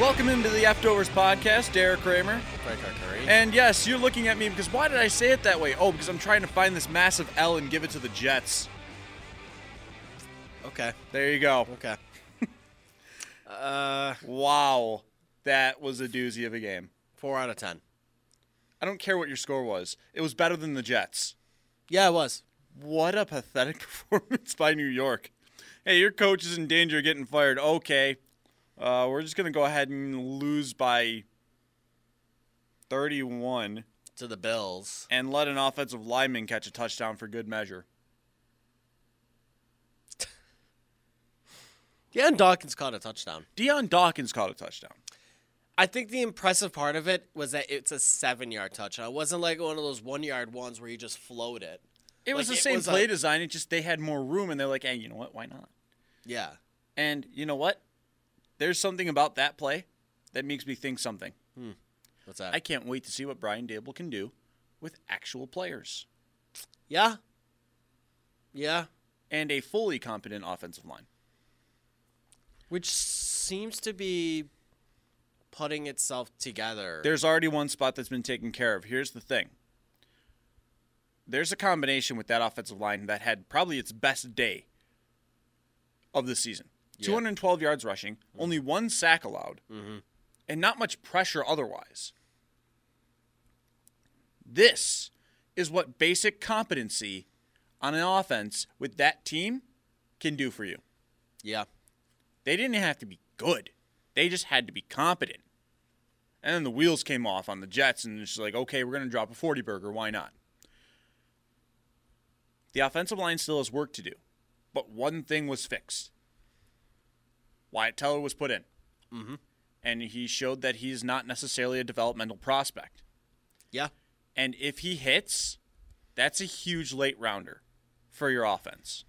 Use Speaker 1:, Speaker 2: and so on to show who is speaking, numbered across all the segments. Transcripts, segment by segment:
Speaker 1: Welcome into the Leftovers Podcast, Derek Kramer.
Speaker 2: Frank Arcari.
Speaker 1: And yes, you're looking at me because why did I say it that way? Oh, because I'm trying to find this massive L and give it to the Jets.
Speaker 2: okay.
Speaker 1: There you go.
Speaker 2: Okay. uh,
Speaker 1: Wow. That was a doozy of a game.
Speaker 2: four out of ten.
Speaker 1: I don't care what your score was, it was better than the Jets.
Speaker 2: Yeah, it was.
Speaker 1: What a pathetic performance by New York. Hey, your coach is in danger of getting fired. Okay. Uh, we're just going to go ahead and lose by 31
Speaker 2: To the Bills.
Speaker 1: and let an offensive lineman catch a touchdown for good measure.
Speaker 2: Yeah, and Dawkins caught a touchdown.
Speaker 1: Deion Dawkins caught a touchdown.
Speaker 2: I think the impressive part of it was that it's a seven-yard touchdown. It wasn't like one of those one-yard ones where you just float it.
Speaker 1: It was
Speaker 2: Like,
Speaker 1: the
Speaker 2: it
Speaker 1: same
Speaker 2: was
Speaker 1: play
Speaker 2: a-
Speaker 1: design. It just they had more room, and they're like, "Hey, you know what? Why not?"
Speaker 2: Yeah.
Speaker 1: And you know what? There's something about that play that makes me think something.
Speaker 2: What's that?
Speaker 1: I can't wait to see what Brian Dable can do with actual players
Speaker 2: yeah. Yeah.
Speaker 1: and a fully competent offensive line.
Speaker 2: Which seems to be putting itself together.
Speaker 1: There's already one spot that's been taken care of. Here's the thing. There's a combination with that offensive line that had probably its best day of the season.
Speaker 2: Yeah.
Speaker 1: 212 yards rushing, only one sack allowed, and not much pressure otherwise. This is what basic competency on an offense with that team can do for you.
Speaker 2: yeah.
Speaker 1: They didn't have to be good. They just had to be competent. And then the wheels came off on the Jets, and it's just like, okay, we're going to drop a 40 burger. Why not? The offensive line still has work to do, but one thing was fixed Wyatt Teller was put in. Mm-hmm. And he showed that he's not necessarily a developmental prospect.
Speaker 2: Yeah.
Speaker 1: And if he hits, that's a huge late rounder for your offense.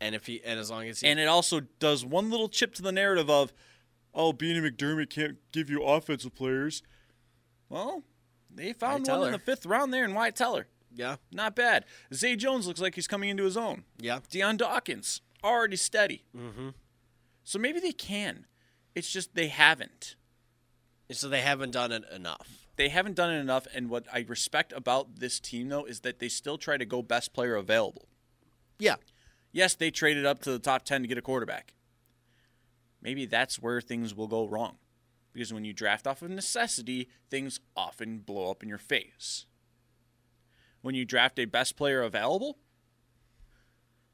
Speaker 2: And if he and as long as he
Speaker 1: And it also does one little chip to the narrative of, oh, Beanie McDermott can't give you offensive players. Well, they found
Speaker 2: Wyatt
Speaker 1: one in
Speaker 2: Teller.
Speaker 1: the fifth round there in Wyatt Teller.
Speaker 2: Yeah.
Speaker 1: Not bad. Zay Jones looks like he's coming into his own.
Speaker 2: Yeah.
Speaker 1: Deion Dawkins, already steady. Mm-hmm. So maybe they can. It's just they haven't.
Speaker 2: So they haven't done it enough.
Speaker 1: They haven't done it enough. And what I respect about this team, though, is that they still try to go best player available.
Speaker 2: Yeah.
Speaker 1: Yes, they traded up to the top 10 to get a quarterback. Maybe that's where things will go wrong. Because when you draft off of necessity, things often blow up in your face. When you draft a best player available,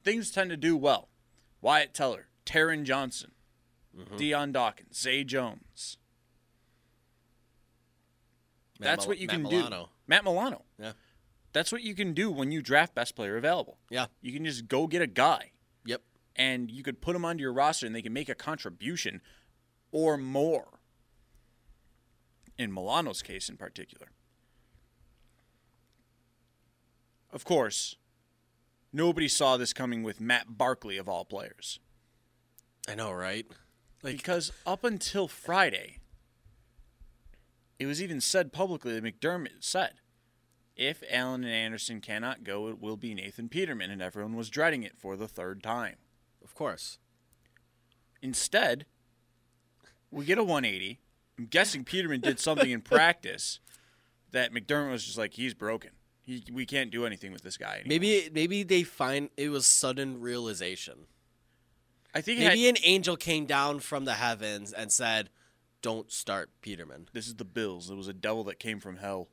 Speaker 1: things tend to do well. Wyatt Teller, Taryn Johnson,
Speaker 2: Mm-hmm.
Speaker 1: Deion Dawkins, Zay Jones.
Speaker 2: Matt
Speaker 1: that's
Speaker 2: Mil-
Speaker 1: what you
Speaker 2: Matt
Speaker 1: can do.
Speaker 2: Milano.
Speaker 1: Matt Milano.
Speaker 2: Yeah.
Speaker 1: That's what you can do when you draft best player available.
Speaker 2: Yeah.
Speaker 1: You can just go get a guy
Speaker 2: Yep.
Speaker 1: and you could put them onto your roster and they can make a contribution or more. In Milano's case in particular. Of course, nobody saw this coming with Matt Barkley of all players.
Speaker 2: I know, right? Like
Speaker 1: Because up until Friday, it was even said publicly that McDermott said, if Allen and Anderson cannot go, it will be Nathan Peterman, and everyone was dreading it for the third time.
Speaker 2: of course.
Speaker 1: Instead, we get a 180. I'm guessing Peterman did something in practice that McDermott was just like, he's broken. He, we can't do anything with this guy. anymore."
Speaker 2: Maybe maybe they find it was sudden realization.
Speaker 1: I think he had-
Speaker 2: Maybe an angel came down from the heavens and said, "Don't start Peterman."
Speaker 1: this is the Bills. It was a devil that came from hell.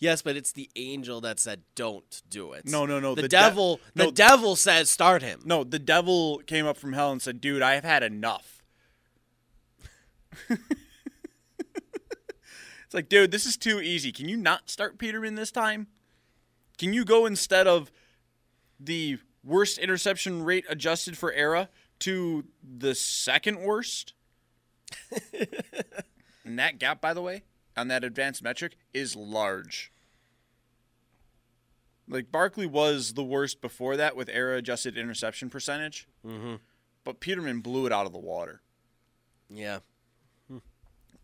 Speaker 2: Yes, but it's the angel that said, "Don't do it."
Speaker 1: No, no, no,
Speaker 2: The,
Speaker 1: the de-
Speaker 2: devil
Speaker 1: no.
Speaker 2: the devil says, "Start him."
Speaker 1: No, the devil came up from hell and said, dude, I have had enough. it's like, dude, this is too easy. Can you not start Peterman this time? Can you go instead of the worst interception rate adjusted for era to the second worst? and that gap, by the way, on that advanced metric is large. Like Barkley was the worst before that with era adjusted interception percentage, mm-hmm. but Peterman blew it out of the water.
Speaker 2: Yeah.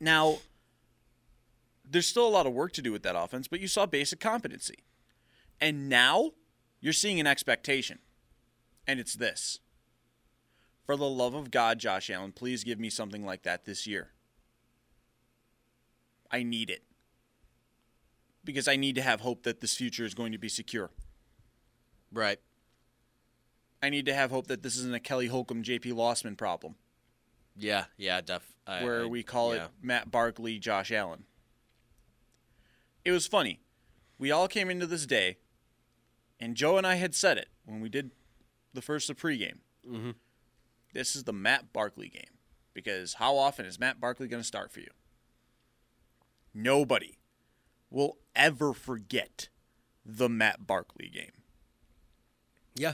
Speaker 1: Now, there's still a lot of work to do with that offense, but you saw basic competency. And now you're seeing an expectation. And it's this For the love of God, Josh Allen, please give me something like that this year. I need it. Because I need to have hope that this future is going to be secure.
Speaker 2: Right.
Speaker 1: I need to have hope that this isn't a Kelly Holcomb, JP Lossman problem,
Speaker 2: Yeah. Yeah. Def. I,
Speaker 1: where
Speaker 2: I-
Speaker 1: we call
Speaker 2: yeah.
Speaker 1: it Matt Barkley, Josh Allen. It was funny. We all came into this day, and Joe and I had said it when we did the first of pregame.
Speaker 2: Mhm.
Speaker 1: This is the Matt Barkley game because how often is Matt Barkley going to start for you? Nobody will ever forget the Matt Barkley game.
Speaker 2: Yeah.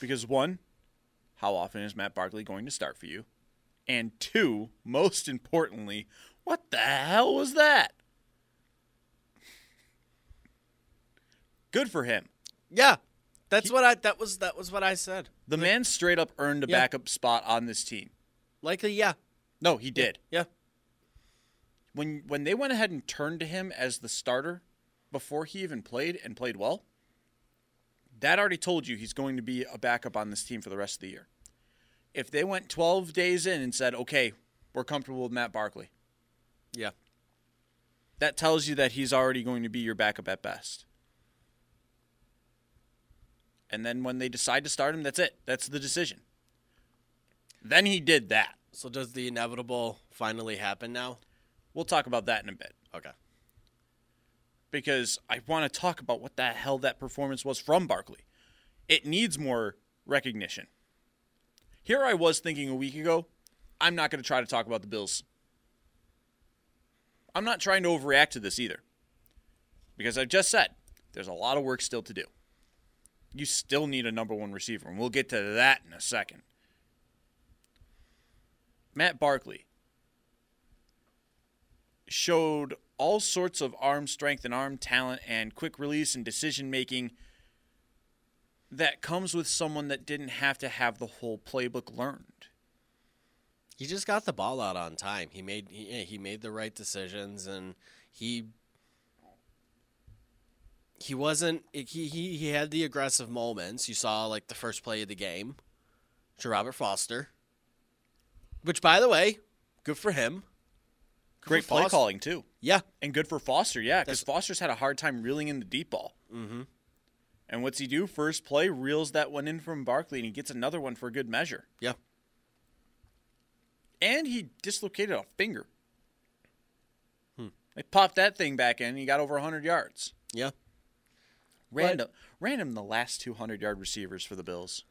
Speaker 1: Because one, how often is Matt Barkley going to start for you? And two, most importantly, what the hell was that? Good for him.
Speaker 2: Yeah. That's what I. That was. That was what I said.
Speaker 1: The man straight up earned a
Speaker 2: Yeah.
Speaker 1: backup spot on this team.
Speaker 2: Likely. Yeah.
Speaker 1: No, he did.
Speaker 2: Yeah.
Speaker 1: When when they went ahead and turned to him as the starter before he even played and played well, that already told you he's going to be a backup on this team for the rest of the year. If they went 12 days in and said, "Okay, we're comfortable with Matt Barkley."
Speaker 2: Yeah.
Speaker 1: that tells you that he's already going to be your backup at best. And then when they decide to start him, that's it. That's the decision. Then he did that.
Speaker 2: So does the inevitable finally happen now?
Speaker 1: We'll talk about that in a bit
Speaker 2: Okay.
Speaker 1: because I want to talk about what the hell that performance was from Barkley. It needs more recognition. Here I was thinking a week ago, I'm not going to try to talk about the Bills. I'm not trying to overreact to this either. Because I've just said there's a lot of work still to do. You still need a number one receiver, and we'll get to that in a second. Matt Barkley showed all sorts of arm strength and arm talent and quick release and decision making that comes with someone that didn't have to have the whole playbook learned.
Speaker 2: He just got the ball out on time. He made he, yeah, he made the right decisions and he he wasn't he he he had the aggressive moments. You saw like the first play of the game to Robert Foster. Which by the way, good for him. Good for
Speaker 1: Great play
Speaker 2: Foster.
Speaker 1: calling too,
Speaker 2: Yeah.
Speaker 1: and good for Foster, yeah, because
Speaker 2: That's-
Speaker 1: Foster's had a hard time reeling in the deep ball. Mm-hmm. And what's he do? First play reels that one in from Barkley, and he gets another one for good measure.
Speaker 2: Yeah.
Speaker 1: And he dislocated a finger.
Speaker 2: Hmm.
Speaker 1: They popped that thing back in. And he got over 100 yards.
Speaker 2: Yeah.
Speaker 1: Random, random. The last two hundred yard receivers for the Bills: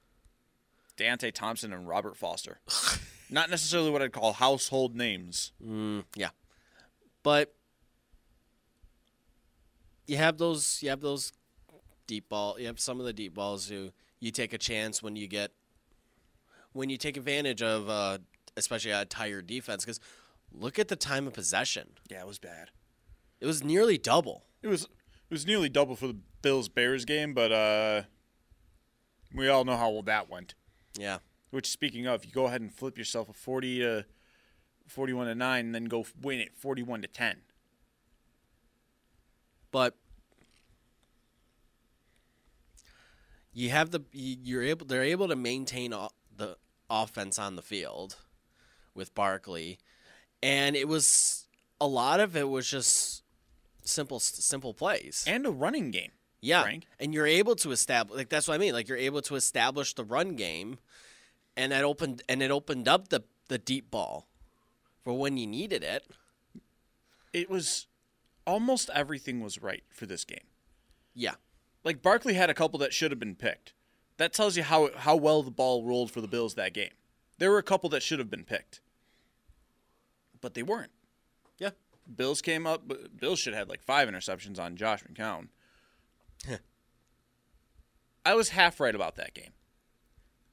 Speaker 1: Deontay Thompson and Robert Foster. Not necessarily what I'd call household names.
Speaker 2: Yeah. But you have those you have those deep ball you have some of the deep balls who you take a chance when you get when you take advantage of uh, especially a tired defense because look at the time of possession.
Speaker 1: Yeah, it was bad.
Speaker 2: It was nearly double.
Speaker 1: It was it was nearly double for the Bills Bears game, but uh, we all know how well that went.
Speaker 2: Yeah.
Speaker 1: Which, speaking of, you go ahead and flip yourself a forty to forty-one to nine, and then go f- win it forty-one to ten.
Speaker 2: but you have the you- you're able they're able to maintain o- the offense on the field with Barkley, and it was a lot of it was just simple simple plays.
Speaker 1: And a running game.
Speaker 2: yeah,
Speaker 1: Frank?
Speaker 2: and you're able to establish like that's what I mean. Like you're able to establish the run game, and that opened and it opened up the the deep ball for when you needed it.
Speaker 1: It was almost everything was right for this game.
Speaker 2: Yeah,
Speaker 1: like Barkley had a couple that should have been picked. That tells you how how well the ball rolled for the Bills that game. There were a couple that should have been picked, but they weren't.
Speaker 2: yeah,
Speaker 1: Bills came up. but Bills should have had like five interceptions on Josh McCown. I was half right about that game.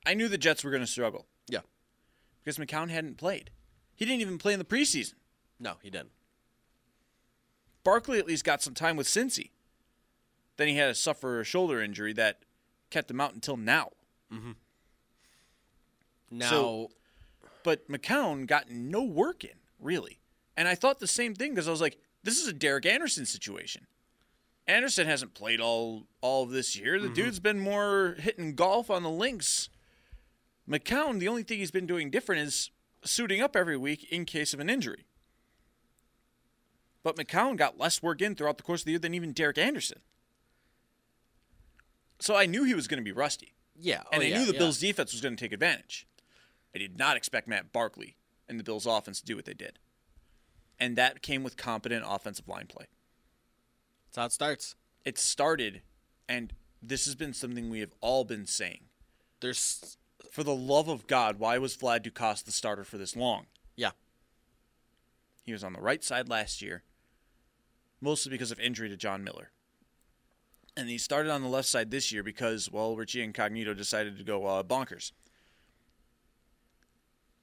Speaker 1: I knew the Jets were going to struggle
Speaker 2: yeah.
Speaker 1: because McCown hadn't played. He didn't even play in the preseason.
Speaker 2: No, he didn't.
Speaker 1: Barkley at least got some time with Cincy. Then he had to suffer a shoulder injury that kept him out until now.
Speaker 2: Now.
Speaker 1: but McCown got no work in, really. And I thought the same thing because I was like, this is a Derek Anderson situation. Anderson hasn't played all all of this year. The dude's been more hitting golf on the links McCown, the only thing he's been doing different is suiting up every week in case of an injury. But McCown got less work in throughout the course of the year than even Derek Anderson. So I knew he was going to be rusty.
Speaker 2: Yeah.
Speaker 1: And
Speaker 2: oh,
Speaker 1: I
Speaker 2: yeah,
Speaker 1: knew the
Speaker 2: yeah.
Speaker 1: Bills' defense was going to take advantage. I did not expect Matt Barkley and the Bills' offense to do what they did. And that came with competent offensive line play.
Speaker 2: That's how it starts.
Speaker 1: It started, and this has been something we have all been saying.
Speaker 2: There's
Speaker 1: For the love of God, why was Vlad Dukas the starter for this long?
Speaker 2: yeah.
Speaker 1: He was on the right side last year, mostly because of injury to John Miller. And he started on the left side this year because, well, Richie Incognito decided to go uh, bonkers.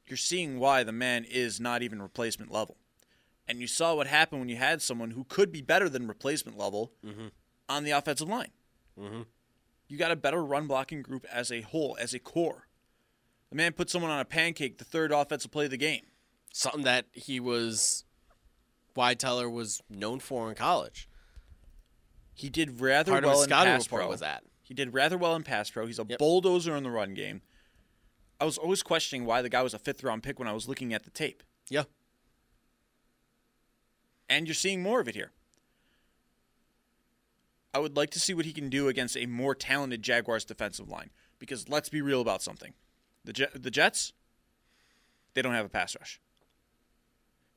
Speaker 1: You're seeing why the man is not even replacement level. And you saw what happened when you had someone who could be better than replacement level on the offensive line. You got a better run blocking group as a whole, as a core. The man put someone on a pancake, the third offensive play of the game.
Speaker 2: Something that he was why Teller was known for in college.
Speaker 1: He did rather
Speaker 2: Part of
Speaker 1: well
Speaker 2: his
Speaker 1: in
Speaker 2: scouting
Speaker 1: pass
Speaker 2: report
Speaker 1: pro.
Speaker 2: was that.
Speaker 1: He did rather well in pass pro. He's a
Speaker 2: Yep.
Speaker 1: bulldozer in the run game. I was always questioning why the guy was a fifth round pick when I was looking at the tape,
Speaker 2: Yeah.
Speaker 1: and you're seeing more of it here. I would like to see what he can do against a more talented Jaguars defensive line because let's be real about something: the Je- the Jets, they don't have a pass rush.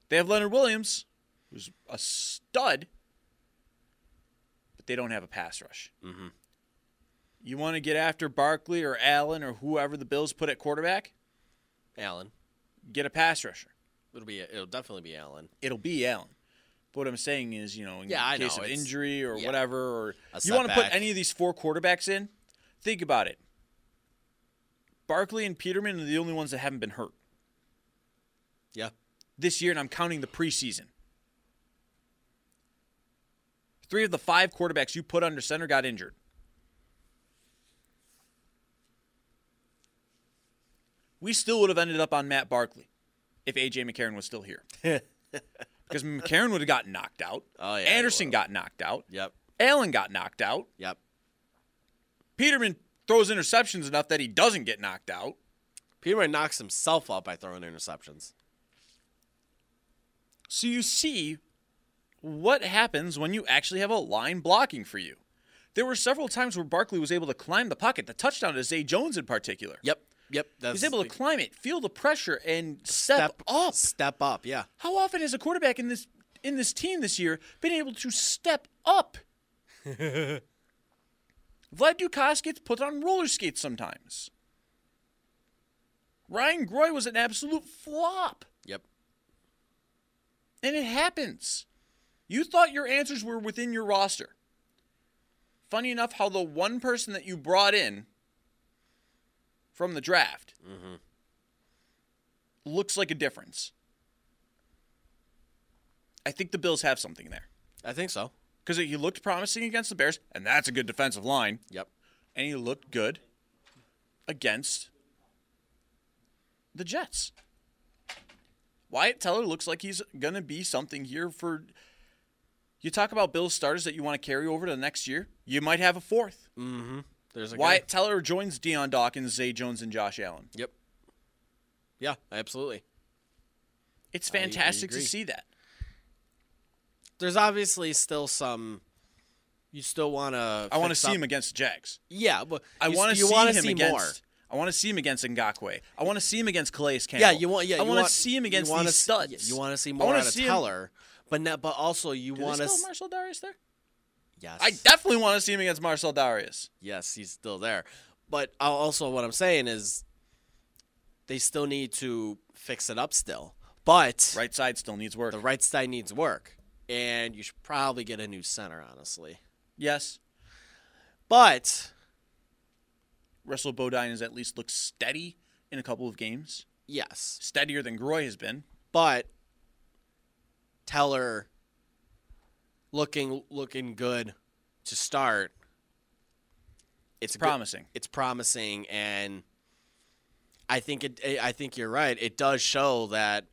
Speaker 1: They have Leonard Williams, who's a stud, but they don't have a pass rush. You want to get after Barkley or Allen or whoever the Bills put at quarterback?
Speaker 2: Allen.
Speaker 1: Get a pass rusher.
Speaker 2: It'll be it'll definitely be Allen.
Speaker 1: It'll be Allen. But what I'm saying is, you know, in
Speaker 2: Yeah, I
Speaker 1: case
Speaker 2: know.
Speaker 1: of
Speaker 2: It's-
Speaker 1: injury or
Speaker 2: yeah.
Speaker 1: whatever, or
Speaker 2: A
Speaker 1: you want to put
Speaker 2: setback.
Speaker 1: any of these four quarterbacks in, think about it. Barkley and Peterman are the only ones that haven't been hurt
Speaker 2: Yeah.
Speaker 1: this year, and I'm counting the preseason. Three of the five quarterbacks you put under center got injured. We still would have ended up on Matt Barkley if AJ McCarron was still here. because McCarron would have gotten knocked out.
Speaker 2: Oh, yeah, he
Speaker 1: Anderson
Speaker 2: would've.
Speaker 1: got knocked out.
Speaker 2: Yep.
Speaker 1: Allen got knocked out.
Speaker 2: Yep.
Speaker 1: Peterman throws interceptions enough that he doesn't get knocked out.
Speaker 2: Peterman knocks himself up by throwing interceptions.
Speaker 1: So you see what happens when you actually have a line blocking for you. There were several times where Barkley was able to climb the pocket, the touchdown to Zay Jones in particular.
Speaker 2: Yep. Yep. That's
Speaker 1: He's able to climb it, feel the pressure, and step,
Speaker 2: step
Speaker 1: up.
Speaker 2: Step up, yeah.
Speaker 1: How often has a quarterback in this in this team this year been able to step up? Vlad Dukas gets put on roller skates sometimes. Ryan Groy was an absolute flop.
Speaker 2: Yep.
Speaker 1: And it happens. You thought your answers were within your roster. Funny enough, how the one person that you brought in from the draft looks like a difference. I think the Bills have something there
Speaker 2: I think so.
Speaker 1: because he looked promising against the Bears, and that's a good defensive line,
Speaker 2: Yep.
Speaker 1: and he looked good against the Jets. Wyatt Teller looks like he's going to be something here for. You talk about Bill's starters that you want to carry over to the next year. You might have a fourth.
Speaker 2: There's a guy.
Speaker 1: Wyatt Teller joins Deion Dawkins, Zay Jones, and Josh Allen.
Speaker 2: Yep. Yeah, absolutely.
Speaker 1: It's
Speaker 2: I
Speaker 1: fantastic to
Speaker 2: agree.
Speaker 1: see that.
Speaker 2: There's obviously still some. You still want to.
Speaker 1: I want to see him against the Jags.
Speaker 2: Yeah, but
Speaker 1: I
Speaker 2: you-
Speaker 1: want to
Speaker 2: you
Speaker 1: see
Speaker 2: wanna
Speaker 1: him
Speaker 2: see
Speaker 1: against.
Speaker 2: more.
Speaker 1: I want to see him against Ngakwe. I want to see him against Calais Campbell.
Speaker 2: Yeah, you want. Yeah,
Speaker 1: I
Speaker 2: you
Speaker 1: wanna
Speaker 2: want-
Speaker 1: see him
Speaker 2: you
Speaker 1: against
Speaker 2: wanna
Speaker 1: these
Speaker 2: see-
Speaker 1: studs.
Speaker 2: You want to see
Speaker 1: I
Speaker 2: more
Speaker 1: wanna
Speaker 2: out of
Speaker 1: see him-
Speaker 2: Teller, but not. But also, you
Speaker 1: Do they
Speaker 2: want to.
Speaker 1: still have Marcel Darius there?
Speaker 2: Yes.
Speaker 1: I definitely want to see him against Marcel Darius.
Speaker 2: yes, he's still there. But I'll- also, what I'm saying is, they still need to fix it up still. But
Speaker 1: Right side still needs work.
Speaker 2: the right side needs work, and you should probably get a new center, honestly.
Speaker 1: Yes,
Speaker 2: But
Speaker 1: Russell Bodine has at least looked steady in a couple of games,
Speaker 2: yes,
Speaker 1: steadier than Groy has been.
Speaker 2: but Teller looking looking good to start. It's good-
Speaker 1: Promising.
Speaker 2: it's promising, and I think it. I think you're right. It does show that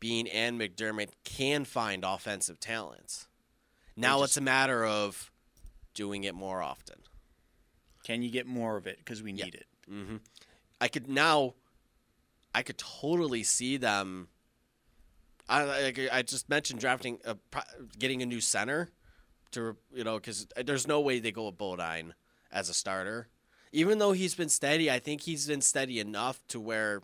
Speaker 2: Bean and McDermott can find offensive talents. Now
Speaker 1: just-
Speaker 2: it's a matter of doing it more often.
Speaker 1: Can you get more of it? Because we need it.
Speaker 2: I I could now, I could totally see them. I I- I just mentioned drafting a pro- getting a new center to you know because there's no way they go with Bodine as a starter, even though he's been steady. I think he's been steady enough to where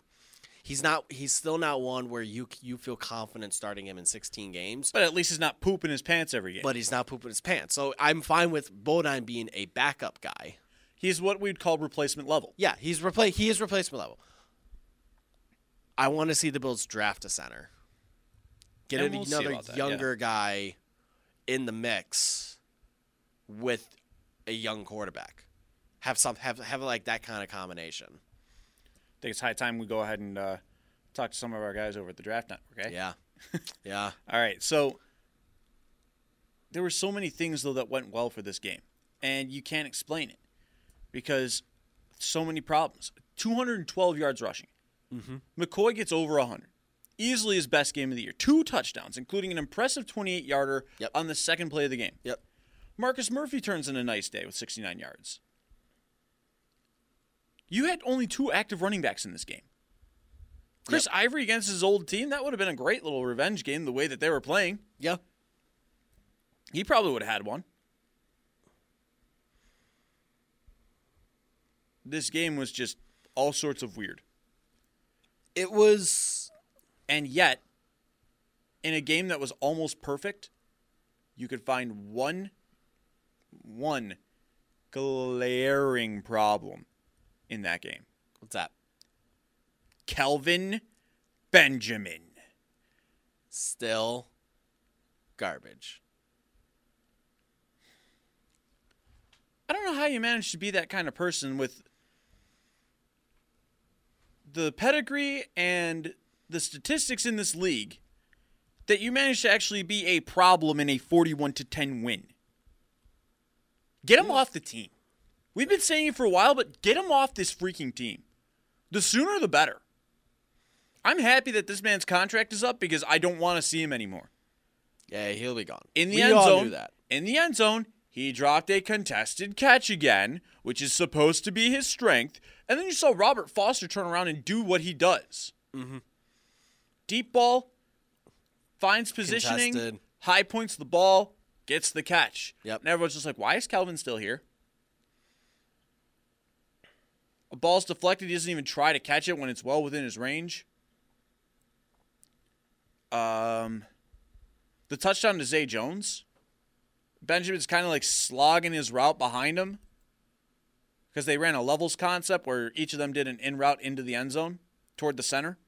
Speaker 2: he's not he's still not one where you you feel confident starting him in 16 games.
Speaker 1: But at least he's not pooping his pants every game.
Speaker 2: But he's not pooping his pants, so I'm fine with Bodine being a backup guy.
Speaker 1: he's what we'd call replacement level.
Speaker 2: Yeah, he's repla- he is replacement level. I want to see the Bills draft a center. Get
Speaker 1: And we'll see
Speaker 2: another
Speaker 1: about that, yeah.
Speaker 2: younger guy in the mix with a young quarterback. Have some have have like that kind of combination.
Speaker 1: I think it's high time we go ahead and uh, talk to some of our guys over at the draft network. eh? Okay.
Speaker 2: Yeah. yeah.
Speaker 1: All right. So there were so many things though that went well for this game, and you can't explain it because so many problems. 212 yards rushing.
Speaker 2: Mm-hmm.
Speaker 1: McCoy gets over 100. Easily his best game of the year. Two touchdowns, including an impressive 28 yarder
Speaker 2: Yep.
Speaker 1: on the second play of the game.
Speaker 2: Yep.
Speaker 1: Marcus Murphy turns in a nice day with 69 yards. You had only two active running backs in this game. Chris Ivory against his old team, that would have been a great little revenge game the way that they were playing.
Speaker 2: Yeah.
Speaker 1: He probably would have had one. This game was just all sorts of weird.
Speaker 2: It was
Speaker 1: And yet, in a game that was almost perfect, you could find one one glaring problem in that game.
Speaker 2: what's that?
Speaker 1: Kelvin Benjamin.
Speaker 2: Still garbage.
Speaker 1: I don't know how you manage to be that kind of person with the pedigree and the statistics in this league that you manage to actually be a problem in a 41 to 10 win. Get him off the team. We've been saying it for a while, but get him off this freaking team. The sooner the better. I'm happy that this man's contract is up because I don't want to see him anymore
Speaker 2: Yeah, he'll be gone.
Speaker 1: in the
Speaker 2: we
Speaker 1: end
Speaker 2: all
Speaker 1: zone.
Speaker 2: knew that.
Speaker 1: In the end zone, he dropped a contested catch again, which is supposed to be his strength. And then you saw Robert Foster turn around and do what he does. Mm-hmm. Deep ball, finds positioning,
Speaker 2: Contested.
Speaker 1: high points the ball, gets the catch.
Speaker 2: Yep.
Speaker 1: And everyone's just like, why is Calvin still here? A ball's deflected. He doesn't even try to catch it when it's well within his range. Um, the touchdown to Zay Jones. Benjamin's kind of like slogging his route behind him because they ran a levels concept where each of them did an in route into the end zone toward the center.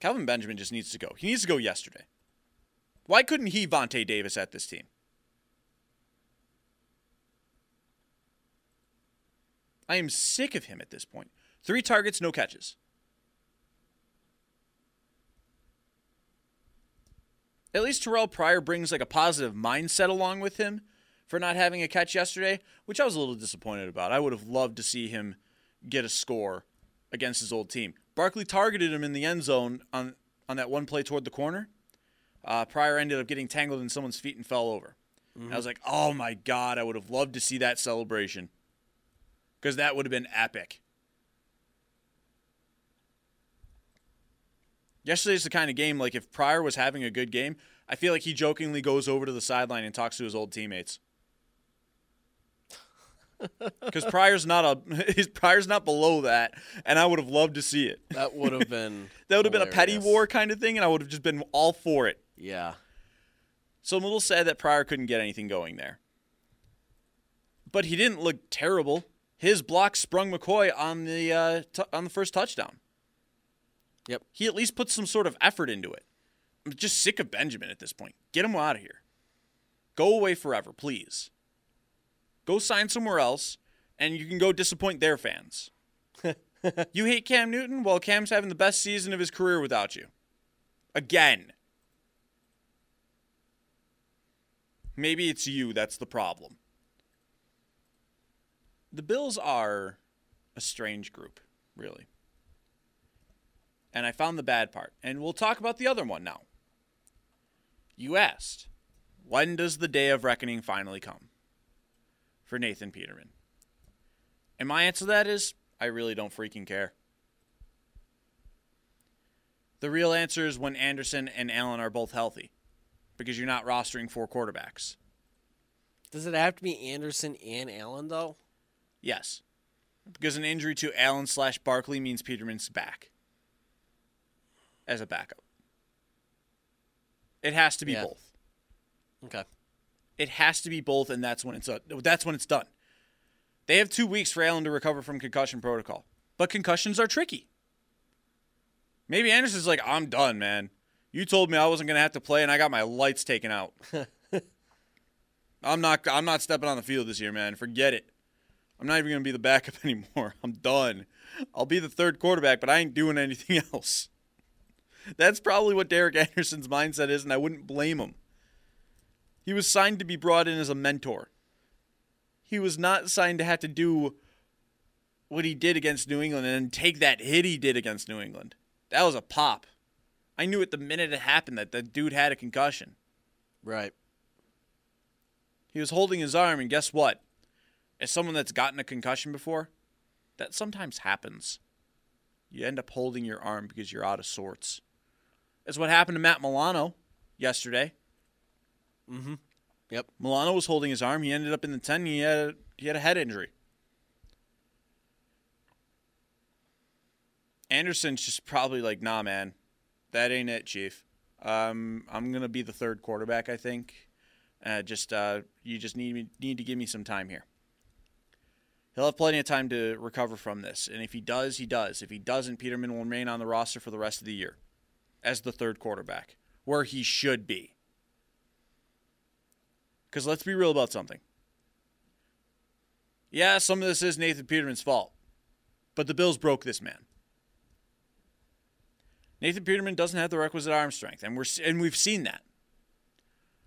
Speaker 1: Calvin Benjamin just needs to go. He needs to go yesterday. Why couldn't he Vontae Davis at this team? I am sick of him at this point. Three targets, no catches. At least Terrell Pryor brings like a positive mindset along with him for not having a catch yesterday, which I was a little disappointed about. I would have loved to see him get a score against his old team. Barkley targeted him in the end zone on on that one play toward the corner. Uh, Pryor ended up getting tangled in someone's feet and fell over. And I was like, oh my god, I would have loved to see that celebration because that would have been epic. Yesterday's the kind of game like if Pryor was having a good game, I feel like he jokingly goes over to the sideline and talks to his old teammates. Because Pryor's not a his Pryor's not below that, and I would have loved to see it.
Speaker 2: That would have been
Speaker 1: That would have been a petty
Speaker 2: hilarious.
Speaker 1: war kind of thing, and I would have just been all for it.
Speaker 2: Yeah.
Speaker 1: So I'm a little sad that Pryor couldn't get anything going there. But he didn't look terrible. His block sprung McCoy on the uh, t- on the first touchdown.
Speaker 2: Yep.
Speaker 1: He at least put some sort of effort into it. I'm just sick of Benjamin at this point. Get him out of here. Go away forever, please. Go sign somewhere else, and you can go disappoint their fans. you hate Cam Newton? Well, Cam's having the best season of his career without you. Again. Maybe it's you that's the problem. The Bills are a strange group, really. And I found the bad part. And we'll talk about the other one now. You asked, when does the day of reckoning finally come? for Nathan Peterman? And my answer to that is I really don't freaking care. The real answer is when Anderson and Allen are both healthy because you're not rostering four quarterbacks.
Speaker 2: Does it have to be Anderson and Allen though?
Speaker 1: Yes. Because an injury to Allen slash Barkley means Peterman's back as a backup. It has to be
Speaker 2: Yeah.
Speaker 1: both.
Speaker 2: Okay.
Speaker 1: It has to be both, and that's when it's uh, that's when it's done. They have two weeks for Allen to recover from concussion protocol, but concussions are tricky. Maybe Anderson's like, I'm done, man. You told me I wasn't gonna have to play, and I got my lights taken out. I'm not. I'm not stepping on the field this year, man. Forget it. I'm not even gonna be the backup anymore. I'm done. I'll be the third quarterback, but I ain't doing anything else. That's probably what Derek Anderson's mindset is, and I wouldn't blame him. He was signed to be brought in as a mentor. He was not signed to have to do what he did against New England and then take that hit he did against New England. That was a pop. I knew it the minute it happened that the dude had a concussion.
Speaker 2: Right.
Speaker 1: He was holding his arm, and guess what? As someone that's gotten a concussion before, that sometimes happens. You end up holding your arm because you're out of sorts. That's what happened to Matt Milano yesterday.
Speaker 2: Yep.
Speaker 1: Milano was holding his arm. He ended up in the ten. He had he had a head injury. Anderson's just probably like, nah, man, that ain't it, Chief. Um, I'm gonna be the third quarterback, I think. Uh, just uh, you just need me, need to give me some time here. He'll have plenty of time to recover from this, and if he does, he does. If he doesn't, Peterman will remain on the roster for the rest of the year as the third quarterback, where he should be. Because let's be real about something. Yeah, some of this is Nathan Peterman's fault, but the Bills broke this man. Nathan Peterman doesn't have the requisite arm strength, and we're and we've seen that.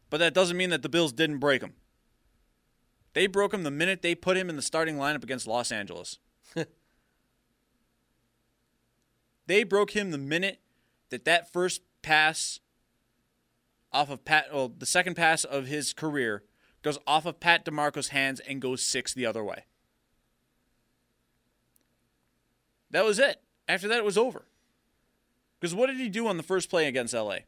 Speaker 1: But that doesn't mean that the Bills didn't break him. They broke him the minute they put him in the starting lineup against Los Angeles. they broke him the minute that that first pass off of Pat, well, the second pass of his career goes off of Pat DeMarco's hands and goes six the other way. That was it. After that, it was over. Because what did he do on the first play against LA?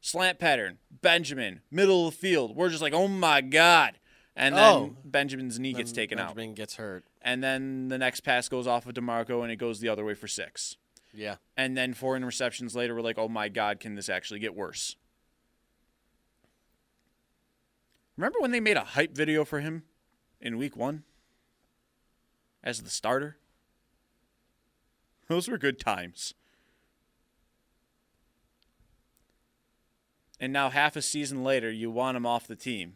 Speaker 1: Slant pattern, Benjamin, middle of the field. We're just like, oh my God. And then
Speaker 2: Oh.
Speaker 1: Benjamin's knee gets taken out.
Speaker 2: Benjamin gets hurt.
Speaker 1: And then the next pass goes off of DeMarco and it goes the other way for six.
Speaker 2: Yeah.
Speaker 1: And then four interceptions later, we're like, oh my God, can this actually get worse? Remember when they made a hype video for him in week one as the starter? Those were good times. And now, half a season later, you want him off the team.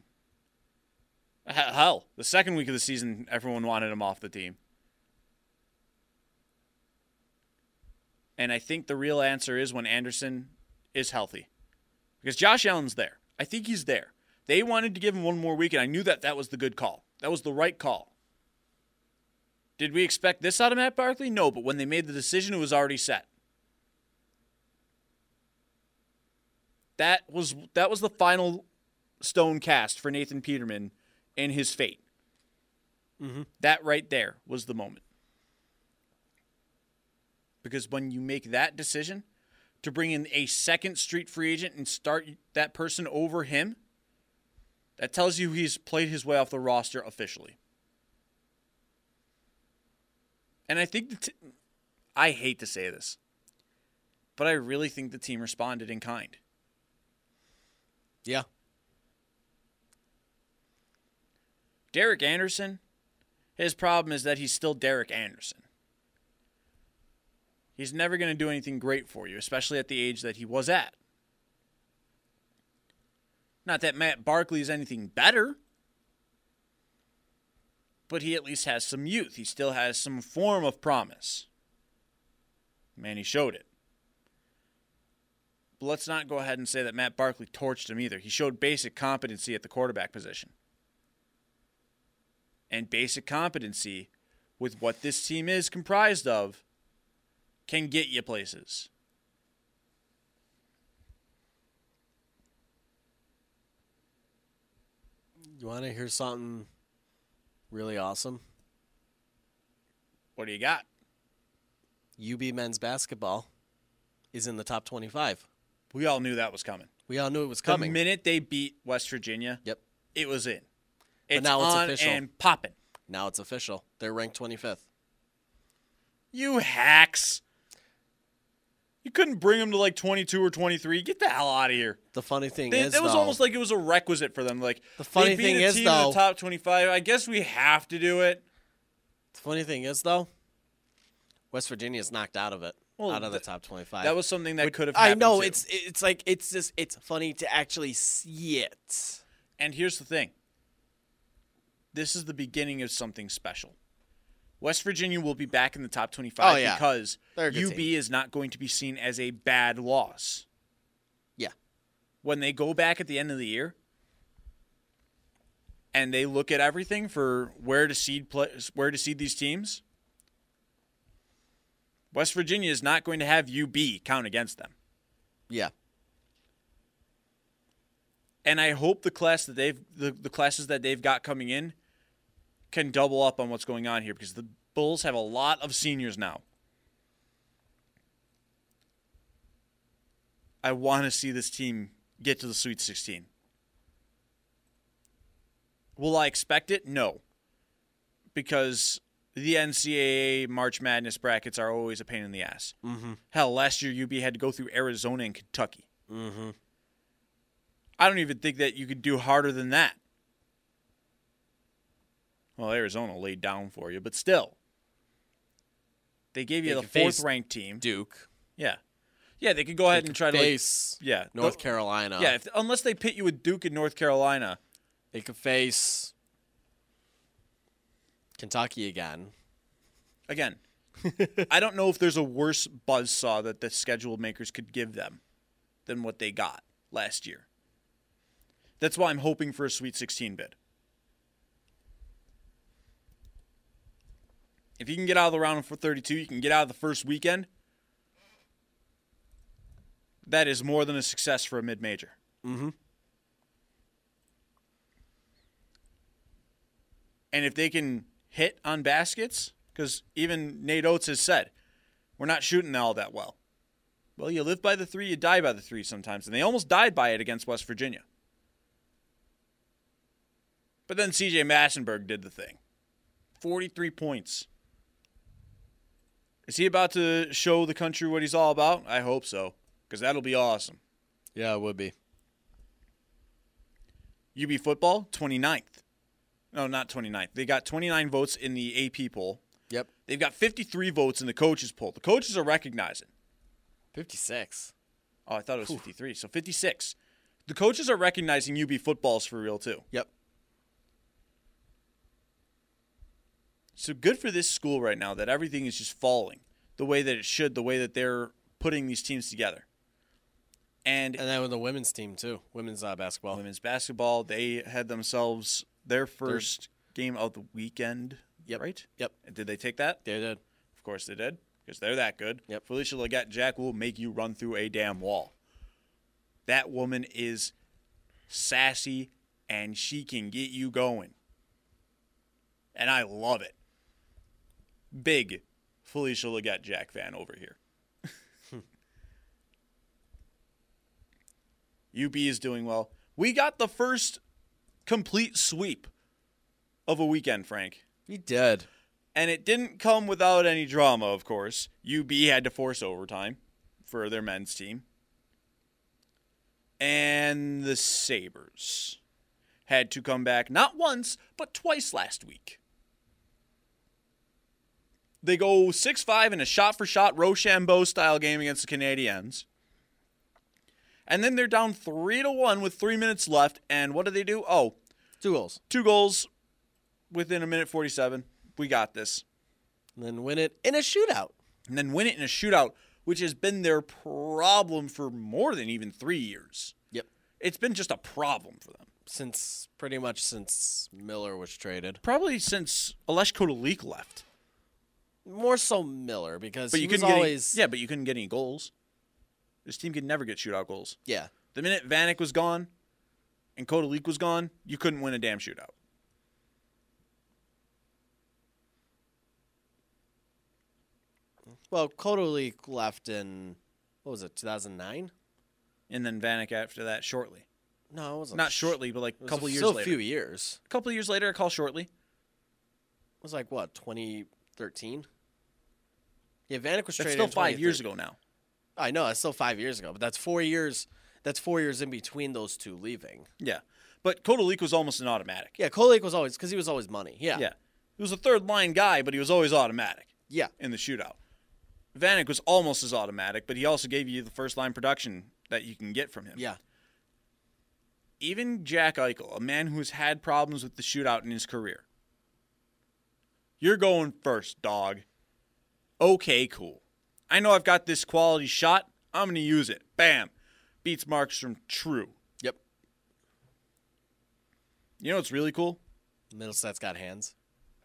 Speaker 1: H- Hell, the second week of the season, everyone wanted him off the team. And I think the real answer is when Anderson is healthy. Because Josh Allen's there. I think he's there. They wanted to give him one more week, and I knew that that was the good call. That was the right call. Did we expect this out of Matt Barkley? No, but when they made the decision, it was already set. That was that was the final stone cast for Nathan Peterman and his fate. That right there was the moment. Because when you make that decision to bring in a second street free agent and start that person over him, that tells you he's played his way off the roster officially. And I think the t- I hate to say this, but I really think the team responded in kind.
Speaker 2: Yeah.
Speaker 1: Derek Anderson, his problem is that he's still Derek Anderson. He's never going to do anything great for you, especially at the age that he was at. Not that Matt Barkley is anything better, but he at least has some youth. He still has some form of promise. Man, he showed it. But let's not go ahead and say that Matt Barkley torched him either. He showed basic competency at the quarterback position and basic competency with what this team is comprised of can get you places.
Speaker 2: You want to hear something really awesome.
Speaker 1: What do you got?
Speaker 2: UB men's basketball is in the top 25.
Speaker 1: We all knew that was coming.
Speaker 2: We all knew it was coming.
Speaker 1: The minute they beat West Virginia,
Speaker 2: yep.
Speaker 1: it was in. It's
Speaker 2: now it's
Speaker 1: on
Speaker 2: official.
Speaker 1: and popping.
Speaker 2: Now it's official. They're ranked 25th.
Speaker 1: You hacks. You couldn't bring them to like 22 or 23. Get the hell out of here.
Speaker 2: The funny thing
Speaker 1: They,
Speaker 2: is,
Speaker 1: that was
Speaker 2: though,
Speaker 1: almost like it was a requisite for them. Like
Speaker 2: The funny
Speaker 1: they beat
Speaker 2: thing
Speaker 1: a
Speaker 2: is,
Speaker 1: team in
Speaker 2: though-
Speaker 1: the top 25. I guess we have to do it.
Speaker 2: the funny thing is though, West Virginia's knocked out of it,
Speaker 1: Well,
Speaker 2: out of the
Speaker 1: th-
Speaker 2: top 25.
Speaker 1: That was something that could have.
Speaker 2: I
Speaker 1: happened,
Speaker 2: know
Speaker 1: too.
Speaker 2: it's it's like it's just it's funny to actually see it.
Speaker 1: And here's the thing this is the beginning of something special. West Virginia will be back in the top 25
Speaker 2: Oh, yeah.
Speaker 1: because
Speaker 2: They're a good
Speaker 1: UB is not going to be seen as a bad loss.
Speaker 2: Yeah.
Speaker 1: When they go back at the end of the year and they look at everything for where to seed play, where to seed these teams, West Virginia is not going to have UB count against them.
Speaker 2: Yeah.
Speaker 1: and I hope the class that they've the, the classes that they've got coming in can double up on what's going on here because the Bulls have a lot of seniors now. I want to see this team get to the Sweet 16. Will I expect it? No. Because the NCAA March Madness brackets are always a pain in the ass. Mm-hmm. Hell, last year UB had to go through Arizona and Kentucky.
Speaker 2: Mm-hmm.
Speaker 1: I don't even think that you could do harder than that. Well, Arizona laid down for you, but still. They gave you
Speaker 2: They
Speaker 1: the
Speaker 2: could
Speaker 1: fourth
Speaker 2: face
Speaker 1: ranked team.
Speaker 2: Duke.
Speaker 1: Yeah. Yeah, they could go ahead and try to like,
Speaker 2: face
Speaker 1: yeah,
Speaker 2: North
Speaker 1: Th-
Speaker 2: Carolina.
Speaker 1: Yeah, if, unless they pit you with Duke and North Carolina.
Speaker 2: They could face Kentucky again.
Speaker 1: Again, I don't know if there's a worse buzzsaw that the schedule makers could give them than what they got last year. That's why I'm hoping for a Sweet 16 bid. If you can get out of the round of 32, you can get out of the first weekend. That is more than a success for a mid major. Mm-hmm. And if they can hit on baskets, because even Nate Oates has said, we're not shooting all that well. Well, you live by the three, you die by the three sometimes. And they almost died by it against West Virginia. But then CJ Massenberg did the thing 43 points. Is he about to show the country what he's all about? I hope so, because that'll be awesome.
Speaker 2: Yeah, it would be.
Speaker 1: UB football, 29th. No, not 29th. They got 29 votes in the AP poll.
Speaker 2: Yep.
Speaker 1: They've got 53 votes in the coaches poll. The coaches are recognizing.
Speaker 2: 56.
Speaker 1: Oh, I thought it was 53. So 56. The coaches are recognizing UB footballs for real, too.
Speaker 2: Yep.
Speaker 1: So good for this school right now that everything is just falling the way that it should, the way that they're putting these teams together. And
Speaker 2: And then with the women's team, too. Women's uh, basketball.
Speaker 1: women's basketball, they had themselves their first game of the weekend,
Speaker 2: Yep.
Speaker 1: right?
Speaker 2: Yep.
Speaker 1: And Did they take that?
Speaker 2: They did.
Speaker 1: Of course they did, because they're that good.
Speaker 2: Yep.
Speaker 1: Felicia Leggett Jack will make you run through a damn wall. That woman is sassy and she can get you going. And I love it. Big Felicia Leggett Jack fan over here. UB is doing well. We got the first complete sweep of a weekend, Frank.
Speaker 2: We did.
Speaker 1: And it didn't come without any drama, of course. UB had to force overtime for their men's team. And the Sabres had to come back not once, but twice last week. They go 6 5 in a shot for shot Rochambeau style game against the Canadiens. And then they're down 3 to 1 with three minutes left. And what do they do? Oh,
Speaker 2: Two goals.
Speaker 1: two goals within a minute 47. We got this.
Speaker 2: And then win it in a shootout.
Speaker 1: and then win it in a shootout, which has been their problem for more than even three years.
Speaker 2: Yep.
Speaker 1: It's been just a problem for them.
Speaker 2: Since pretty much since Miller was traded.
Speaker 1: Probably since Alesh Kotalik left.
Speaker 2: More so Miller because
Speaker 1: But
Speaker 2: he
Speaker 1: you
Speaker 2: was
Speaker 1: couldn't get
Speaker 2: always.
Speaker 1: any, Yeah, but you couldn't get any goals. This team could never get shootout goals.
Speaker 2: yeah.
Speaker 1: The minute Vanek was gone and Kotalik was gone, you couldn't win a damn shootout.
Speaker 2: Well, Kotolik left in what was it, 2009?
Speaker 1: and then Vanek after that shortly.
Speaker 2: No, it wasn't.
Speaker 1: Not
Speaker 2: sh-
Speaker 1: shortly, but like
Speaker 2: it
Speaker 1: a
Speaker 2: was
Speaker 1: couple years
Speaker 2: still
Speaker 1: later.
Speaker 2: a few years.
Speaker 1: A couple years later, I call shortly.
Speaker 2: It was like what 2013. Yeah, Vanek
Speaker 1: That's
Speaker 2: was traded
Speaker 1: still
Speaker 2: in
Speaker 1: five years
Speaker 2: 2013.
Speaker 1: ago now.
Speaker 2: I know that's still five years ago, but that's four years. That's four years in between those two leaving.
Speaker 1: Yeah, but Kotelik was almost an automatic.
Speaker 2: Yeah, Kolik was always because he was always money. Yeah,
Speaker 1: Yeah, he was a third line guy, but he was always automatic
Speaker 2: yeah.
Speaker 1: in the shootout. Vanek was almost as automatic, but he also gave you the first line production that you can get from him.
Speaker 2: yeah.
Speaker 1: Even Jack Eichel, a man who's had problems with the shootout in his career. You're going first, dog. Okay, cool. I know I've got this quality shot. I'm going to use it. Bam. Beats Markstrom true.
Speaker 2: Yep.
Speaker 1: You know what's really cool?
Speaker 2: Middlestat's got hands.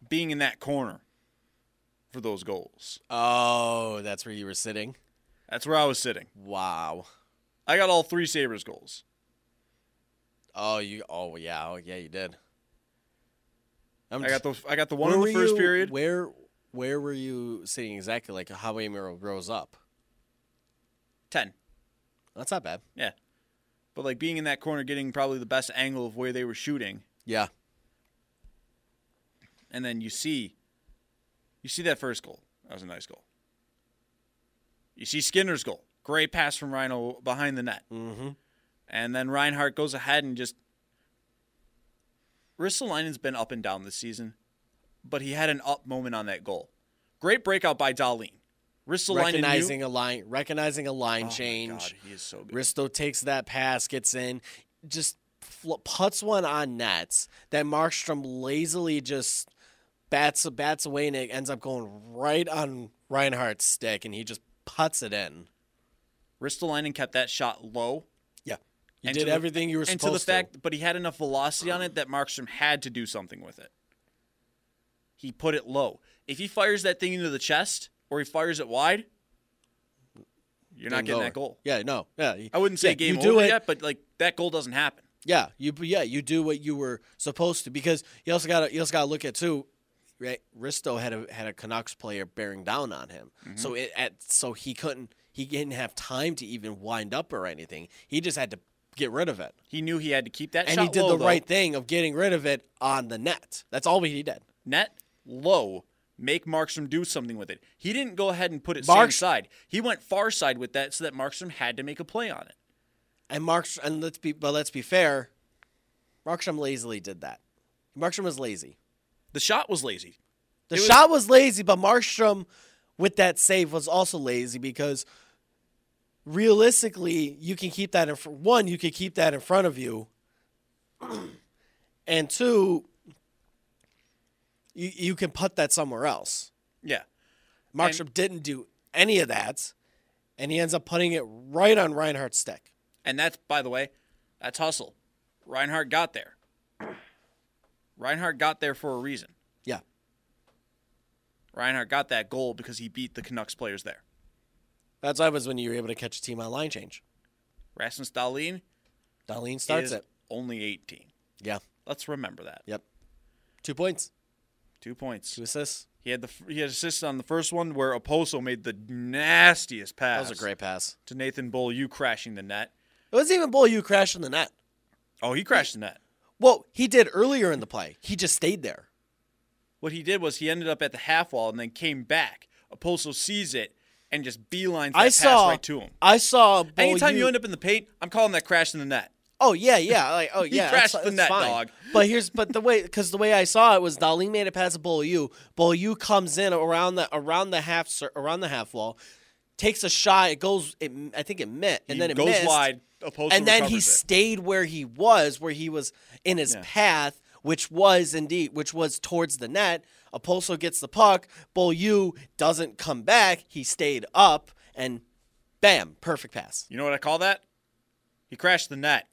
Speaker 1: Being in that corner for those goals.
Speaker 2: Oh, that's where you were sitting.
Speaker 1: That's where I was sitting.
Speaker 2: Wow.
Speaker 1: I got all three Sabres goals.
Speaker 2: Oh, you. Oh, yeah. Oh, yeah. You did. I'm
Speaker 1: I got the I got the one
Speaker 2: where
Speaker 1: in
Speaker 2: were
Speaker 1: the first
Speaker 2: you-
Speaker 1: period.
Speaker 2: Where where were you sitting exactly? Like how many mirror rows up?
Speaker 1: Ten.
Speaker 2: That's not bad.
Speaker 1: Yeah. But like being in that corner getting probably the best angle of where they were shooting
Speaker 2: Yeah.
Speaker 1: and then you see you see that first goal. That was a nice goal. You see Skinner's goal. Great pass from Rhino behind the net.
Speaker 2: Mm-hmm.
Speaker 1: And then Reinhardt goes ahead and just Ristolainen's been up and down this season, but he had an up moment on that goal. Great breakout by Darlene. Ristolainen
Speaker 2: Recognizing a line, recognizing a
Speaker 1: knew,
Speaker 2: line
Speaker 1: Oh my God,
Speaker 2: change.
Speaker 1: he is so good.
Speaker 2: Risto takes that pass, gets in, just fl- puts one on nets that Markstrom lazily just bats bats away, and it ends up going right on Reinhardt's stick, and he just puts it in.
Speaker 1: Ristolainen kept that shot low
Speaker 2: Yeah, you
Speaker 1: And
Speaker 2: did
Speaker 1: to the-
Speaker 2: everything you were
Speaker 1: and
Speaker 2: supposed
Speaker 1: to the
Speaker 2: to.
Speaker 1: fact, but he had enough velocity on it that Markstrom had to do something with it. He put it low. If he fires that thing into the chest or he fires it wide, you're not
Speaker 2: Game
Speaker 1: getting
Speaker 2: over.
Speaker 1: that goal.
Speaker 2: Yeah, no, yeah. you-
Speaker 1: I wouldn't say
Speaker 2: yeah,
Speaker 1: game
Speaker 2: you do
Speaker 1: over
Speaker 2: it,
Speaker 1: yet, but like that goal doesn't happen.
Speaker 2: Yeah, you yeah you do what you were supposed to because you also got to you also got to look at too. Right, Risto had a had a Canucks player bearing down on him,
Speaker 1: Mm-hmm.
Speaker 2: so it at so he couldn't he didn't have time to even wind up or anything. He just had to get rid of it,
Speaker 1: He knew he had to keep that
Speaker 2: and
Speaker 1: shot
Speaker 2: he did
Speaker 1: low,
Speaker 2: the
Speaker 1: though.
Speaker 2: right thing of getting rid of it on the net. That's all he did.
Speaker 1: net low. Make Markstrom do something with it. He didn't go ahead and put it same
Speaker 2: Markst-
Speaker 1: side. He went far side with that, so that Markstrom had to make a play on it.
Speaker 2: And Markstrom and let's be but let's be fair, Markstrom lazily did that. Markstrom was lazy.
Speaker 1: The shot was lazy.
Speaker 2: The
Speaker 1: It was-
Speaker 2: shot was lazy, but Markstrom with that save was also lazy because realistically, you can keep that in fr- one, you can keep that in front of you, and two, you you can put that somewhere else.
Speaker 1: Yeah.
Speaker 2: Markstrom didn't do any of that, and he ends up putting it right on Reinhardt's stick.
Speaker 1: And that's, by the way, that's hustle. Reinhardt got there. Reinhardt got there for a reason.
Speaker 2: Yeah,
Speaker 1: Reinhardt got that goal because he beat the Canucks players there.
Speaker 2: that's why it was when you were able to catch a team on line change.
Speaker 1: Rasmus Dahlin
Speaker 2: Darlene starts
Speaker 1: is
Speaker 2: it.
Speaker 1: only 18.
Speaker 2: Yeah.
Speaker 1: Let's remember that.
Speaker 2: Yep. Two points,
Speaker 1: Two points.
Speaker 2: two assists.
Speaker 1: He had the he had assist on the first one where Oposo made the nastiest
Speaker 2: That
Speaker 1: pass
Speaker 2: was a great pass.
Speaker 1: to Nathan Bull, you crashing the net.
Speaker 2: It wasn't even Bull you crashing the net.
Speaker 1: Oh, he crashed the net.
Speaker 2: Well, he did earlier in the play. He just stayed there.
Speaker 1: What he did was he ended up at the half wall and then came back. Oposo sees it and just beelines that
Speaker 2: I
Speaker 1: pass
Speaker 2: saw
Speaker 1: right to him.
Speaker 2: I saw Bull.
Speaker 1: Anytime you end up in the paint, I'm calling that crash in the net.
Speaker 2: Oh yeah, yeah. Like oh yeah. that's-
Speaker 1: crashed the
Speaker 2: that's
Speaker 1: net,
Speaker 2: fine.
Speaker 1: dog.
Speaker 2: But here's but the way because the way I saw it was Darlene made a pass to Bull U. Bull U comes in around the around the half cir- around the half wall, takes a shot. It goes. It, I think it met and
Speaker 1: He
Speaker 2: then it
Speaker 1: goes
Speaker 2: missed,
Speaker 1: wide. Oposo
Speaker 2: And then he
Speaker 1: recovers it.
Speaker 2: stayed where he was, where he was in his path, which was indeed, which was towards the net. Apolso gets the puck. Bull U doesn't come back. He stayed up, and bam, perfect pass.
Speaker 1: You know what I call that? He crashed the net.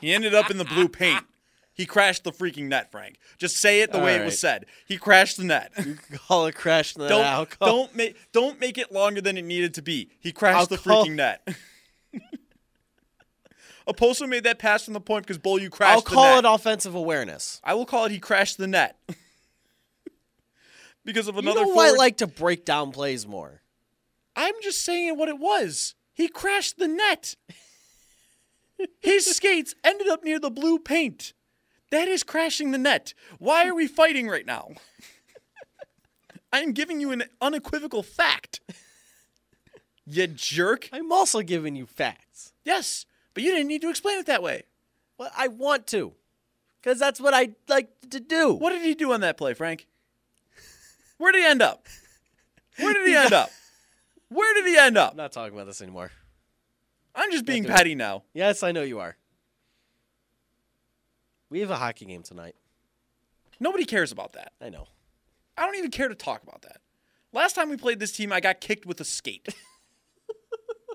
Speaker 1: he ended up in the blue paint. He crashed the freaking net, Frank. Just say it the
Speaker 2: All
Speaker 1: way it
Speaker 2: right.
Speaker 1: was said. He crashed the net.
Speaker 2: Call it crash. Then
Speaker 1: don't
Speaker 2: I'll call-
Speaker 1: don't make don't make it longer than it needed to be. He crashed
Speaker 2: I'll
Speaker 1: the
Speaker 2: call-
Speaker 1: freaking net. Oposo made that pass from the point because Bull, you crashed
Speaker 2: I'll
Speaker 1: the
Speaker 2: call
Speaker 1: net.
Speaker 2: it offensive awareness.
Speaker 1: I will call it he crashed the net. because of
Speaker 2: You
Speaker 1: another
Speaker 2: know why I
Speaker 1: forward.
Speaker 2: like to break down plays more.
Speaker 1: I'm just saying what it was. He crashed the net. His skates ended up near the blue paint. That is crashing the net. Why are we fighting right now? I am giving you an unequivocal fact. You jerk.
Speaker 2: I'm also giving you facts.
Speaker 1: Yes, but you didn't need to explain it that way.
Speaker 2: Well, I want to, because that's what I like to do.
Speaker 1: What did he do on that play, Frank? Where did he end up? Where did he end up? Where did he end
Speaker 2: I'm
Speaker 1: up?
Speaker 2: not talking about this anymore.
Speaker 1: I'm just being
Speaker 2: Nothing.
Speaker 1: petty now.
Speaker 2: Yes, I know you are. We have a hockey game tonight.
Speaker 1: Nobody cares about that.
Speaker 2: I know.
Speaker 1: I don't even care to talk about that. Last time we played this team, I got kicked with a skate.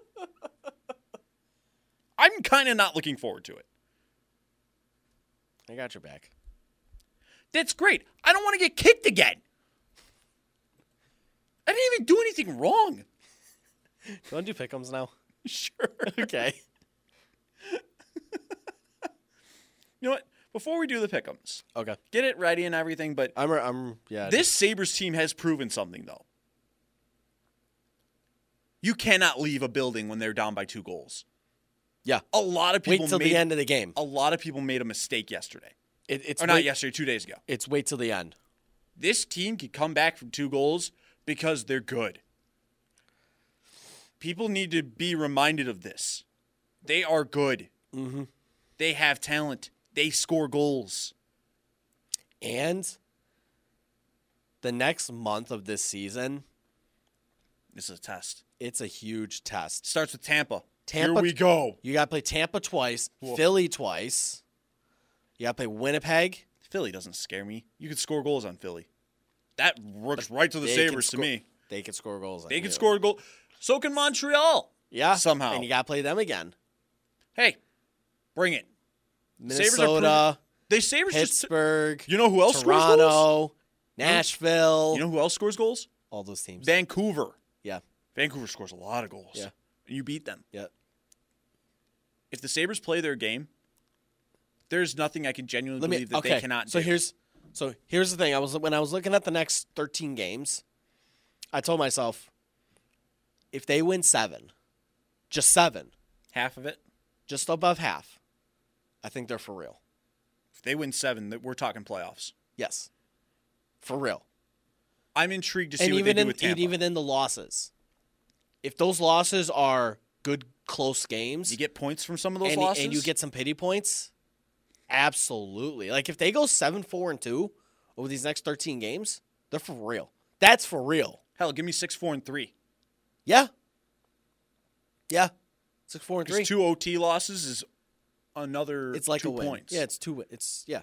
Speaker 1: I'm kind of not looking forward to it.
Speaker 2: I got your back.
Speaker 1: That's great. I don't want to get kicked again. I didn't even do anything wrong.
Speaker 2: You want to do pickums now?
Speaker 1: Sure. You
Speaker 2: Okay.
Speaker 1: know what? Before we do the pickums,
Speaker 2: okay.
Speaker 1: get it ready and everything, but
Speaker 2: I'm. I'm. Yeah.
Speaker 1: this Sabres team has proven something, though. You cannot leave a building when they're down by two goals.
Speaker 2: Yeah.
Speaker 1: A lot of people
Speaker 2: Wait till
Speaker 1: made
Speaker 2: the end of the game.
Speaker 1: a lot of people made a mistake yesterday.
Speaker 2: It, it's
Speaker 1: Or not
Speaker 2: wait-
Speaker 1: yesterday, two days ago.
Speaker 2: It's wait till the end.
Speaker 1: This team could come back from two goals because they're good. People need to be reminded of this. They are good.
Speaker 2: Mm-hmm.
Speaker 1: They have talent. They score goals.
Speaker 2: And the next month of this season,
Speaker 1: This is a test.
Speaker 2: it's a huge test.
Speaker 1: Starts with Tampa.
Speaker 2: Tampa-
Speaker 1: Here we go.
Speaker 2: You got to play Tampa twice,
Speaker 1: Whoa.
Speaker 2: Philly twice. You got to play Winnipeg.
Speaker 1: Philly doesn't scare me. You could score goals on Philly. That works right to the
Speaker 2: They can
Speaker 1: Sabres to
Speaker 2: score-
Speaker 1: me.
Speaker 2: They could score goals. on
Speaker 1: They
Speaker 2: you.
Speaker 1: could score a goal. So can Montreal.
Speaker 2: Yeah.
Speaker 1: somehow.
Speaker 2: And you got to play them again.
Speaker 1: Hey, bring it. Sabres are
Speaker 2: Minnesota,
Speaker 1: They Sabres just
Speaker 2: Pittsburgh,
Speaker 1: You know who else scores goals?
Speaker 2: Toronto, Nashville,
Speaker 1: You know who else scores goals?
Speaker 2: all those teams.
Speaker 1: Vancouver.
Speaker 2: yeah.
Speaker 1: Vancouver scores a lot of goals.
Speaker 2: Yeah.
Speaker 1: And you beat them.
Speaker 2: Yeah.
Speaker 1: If the Sabres play their game, there's nothing I can genuinely
Speaker 2: Let me.
Speaker 1: believe that
Speaker 2: okay.
Speaker 1: they cannot
Speaker 2: so
Speaker 1: do.
Speaker 2: here's. So here's the thing. I was when I was looking at the next 13 games, I told myself, if they win seven, just seven,
Speaker 1: Half of it.
Speaker 2: just above half, I think they're for real.
Speaker 1: If they win seven, that we're talking playoffs.
Speaker 2: Yes, for real.
Speaker 1: I'm intrigued to see
Speaker 2: and
Speaker 1: what
Speaker 2: even
Speaker 1: they do
Speaker 2: in
Speaker 1: with
Speaker 2: and
Speaker 1: Tampa.
Speaker 2: even in the losses, if those losses are good close games,
Speaker 1: you get points from some of those
Speaker 2: and,
Speaker 1: losses.
Speaker 2: and you get some pity points. Absolutely. Like if they go seven, four, and two over these next thirteen games, they're for real. That's for real.
Speaker 1: hell, give me six, four, and three.
Speaker 2: Yeah. Yeah. Six, four, and three.
Speaker 1: Because two OT losses is another
Speaker 2: it's like
Speaker 1: two
Speaker 2: a win.
Speaker 1: points.
Speaker 2: Yeah, it's two. win- It's yeah.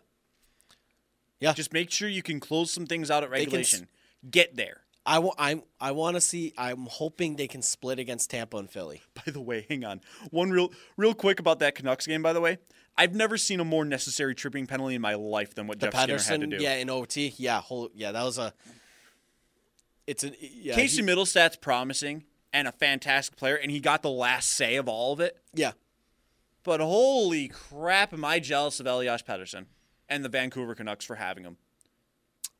Speaker 1: Just make sure you can close some things out at
Speaker 2: They can s-
Speaker 1: regulation. Get there.
Speaker 2: I want. I I want to see. I'm hoping they can split against Tampa and Philly.
Speaker 1: By the way, hang on. One real real quick about that Canucks game, by the way. I've never seen a more necessary tripping penalty in my life than what
Speaker 2: The
Speaker 1: Jeff Skinner
Speaker 2: Patterson,
Speaker 1: had to do.
Speaker 2: yeah, in OT, yeah, whole, yeah, that was a. It's an yeah, he-
Speaker 1: Casey Middlestat's promising and a fantastic player, and he got the last say of all of it.
Speaker 2: yeah,
Speaker 1: But holy crap, am I jealous of Elias Patterson and the Vancouver Canucks for having him.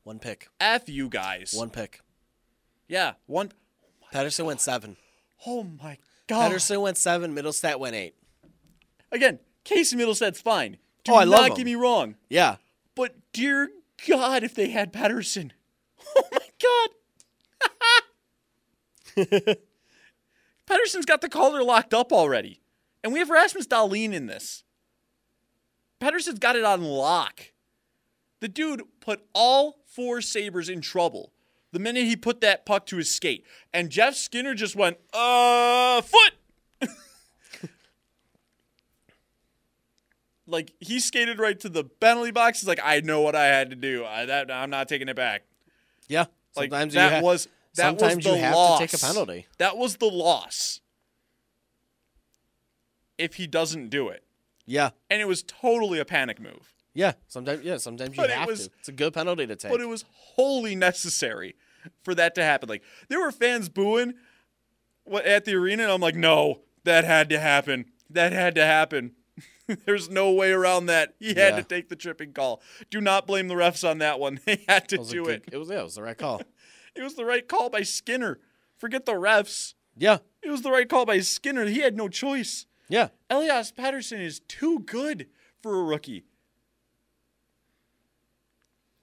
Speaker 2: one pick,
Speaker 1: F you guys.
Speaker 2: one pick.
Speaker 1: Yeah, one.
Speaker 2: Patterson went seven.
Speaker 1: Oh my god.
Speaker 2: Patterson went seven. Middlestat went eight.
Speaker 1: Again, Casey Middlestat's fine. Do
Speaker 2: Oh, I love
Speaker 1: not
Speaker 2: him.
Speaker 1: get me wrong.
Speaker 2: Yeah.
Speaker 1: But dear God, if they had Patterson. Oh my God. Patterson's got the collar locked up already. And we have Rasmus Dahlin in this. Patterson's got it on lock. The dude put all four Sabres in trouble the minute he put that puck to his skate. And Jeff Skinner just went, uh, foot. like he skated right to the penalty box. He's like, I know what I had to do. I, that I'm not taking it back.
Speaker 2: Yeah.
Speaker 1: Like
Speaker 2: Sometimes
Speaker 1: that
Speaker 2: you ha-
Speaker 1: was that was
Speaker 2: sometimes
Speaker 1: the
Speaker 2: you have
Speaker 1: loss.
Speaker 2: to take a penalty.
Speaker 1: That was the loss. If he doesn't do it,
Speaker 2: Yeah.
Speaker 1: and it was totally a panic move,
Speaker 2: Yeah. Sometimes yeah, sometimes you
Speaker 1: But it
Speaker 2: have
Speaker 1: was-
Speaker 2: to. It's a good penalty to take.
Speaker 1: but it was wholly necessary for that to happen. Like there were fans booing what at the arena, and I'm like, no, that had to happen. That had to happen. There's no way around that. He had
Speaker 2: Yeah.
Speaker 1: to take the tripping call. Do not blame the refs on that one. They had to do
Speaker 2: a
Speaker 1: it.
Speaker 2: good- It was yeah, it was the right call.
Speaker 1: It was the right call by Skinner. Forget the refs.
Speaker 2: Yeah.
Speaker 1: It was the right call by Skinner. He had no choice.
Speaker 2: Yeah.
Speaker 1: Elias Patterson is too good for a rookie.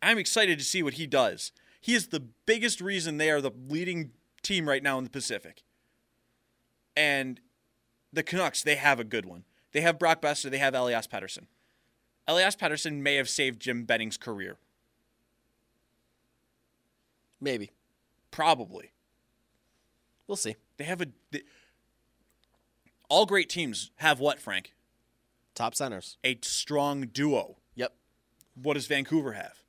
Speaker 1: I'm excited to see what he does. He is the biggest reason they are the leading team right now in the Pacific. And the Canucks, they have a good one. They have Brock Besser, they have Elias Patterson. Elias Patterson may have saved Jim Benning's career.
Speaker 2: Maybe.
Speaker 1: Probably.
Speaker 2: We'll see.
Speaker 1: They have a. They, all great teams have what, Frank?
Speaker 2: Top centers.
Speaker 1: A strong duo.
Speaker 2: Yep.
Speaker 1: What does Vancouver have?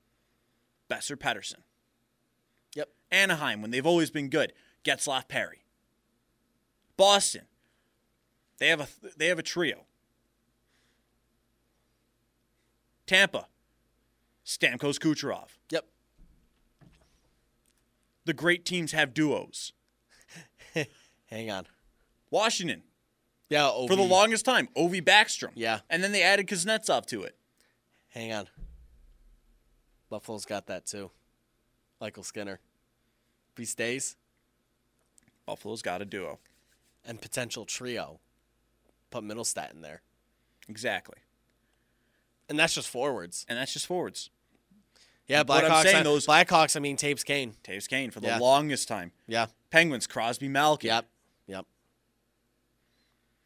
Speaker 1: Besser Patterson.
Speaker 2: Yep.
Speaker 1: Anaheim, when they've always been good, Getzlaff Perry. Boston, they have a th- they have a trio. Tampa, Stamkos Kucherov.
Speaker 2: Yep.
Speaker 1: The great teams have duos.
Speaker 2: Hang on.
Speaker 1: Washington,
Speaker 2: Yeah. OV.
Speaker 1: for the longest time, Ovi Backstrom.
Speaker 2: Yeah.
Speaker 1: And then they added Kuznetsov to it.
Speaker 2: Hang on. Buffalo's got that too. Michael Skinner. If he stays,
Speaker 1: Buffalo's got a duo.
Speaker 2: and potential trio. Put Middlestat in there.
Speaker 1: Exactly.
Speaker 2: And that's just forwards.
Speaker 1: And that's just forwards.
Speaker 2: Yeah,
Speaker 1: What I'm
Speaker 2: Blackhawks.
Speaker 1: saying,
Speaker 2: I,
Speaker 1: those-
Speaker 2: Blackhawks. I mean, tapes Kane.
Speaker 1: Taves Kane for the
Speaker 2: Yeah.
Speaker 1: longest time.
Speaker 2: Yeah.
Speaker 1: Penguins, Crosby, Malkin.
Speaker 2: Yep. Yep.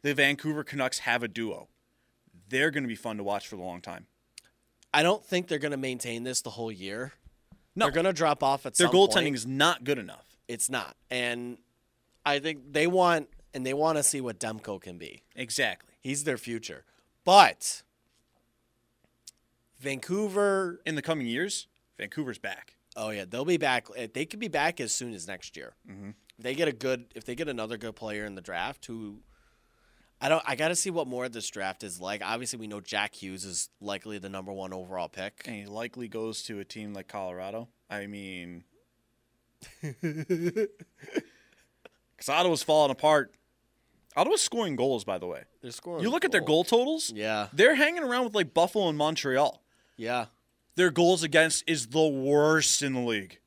Speaker 1: The Vancouver Canucks have a duo. They're going to be fun to watch for a long time.
Speaker 2: I don't think they're going to maintain this the whole year.
Speaker 1: No.
Speaker 2: They're going to drop off at
Speaker 1: Their
Speaker 2: some point.
Speaker 1: goaltending is not good enough.
Speaker 2: It's not, and I think they want and they want to see what Demko can be.
Speaker 1: Exactly.
Speaker 2: He's their future, but Vancouver.
Speaker 1: In the coming years, Vancouver's back.
Speaker 2: Oh yeah, they'll be back. eh, They could be back as soon as next year.
Speaker 1: Mm-hmm.
Speaker 2: If they get a good, if they get another good player in the draft, who I don't, I got to see what more of this draft is like. Obviously, we know Jack Hughes is likely the number one overall pick.
Speaker 1: And he likely goes to a team like Colorado. I mean, because Ottawa's falling apart. Ottawa's scoring goals, by the way.
Speaker 2: They're scoring.
Speaker 1: You look at their goal totals,
Speaker 2: Yeah,
Speaker 1: they're hanging around with like Buffalo and Montreal.
Speaker 2: yeah.
Speaker 1: Their goals against is the worst in the league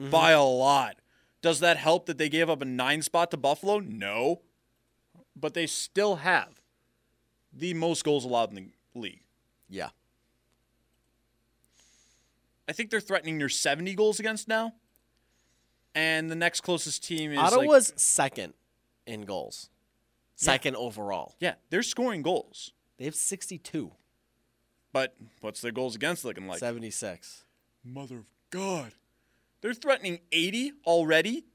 Speaker 1: by a lot. Does that help that they gave up a nine spot to Buffalo? No. But they still have the most goals allowed in the league.
Speaker 2: Yeah.
Speaker 1: I think they're threatening near 70 goals against now. And the next closest team is like-
Speaker 2: Ottawa's second in goals, second overall.
Speaker 1: yeah, they're scoring goals.
Speaker 2: They have 62,
Speaker 1: But what's their goals against looking like?
Speaker 2: 76.
Speaker 1: Mother of God. They're threatening 80 already.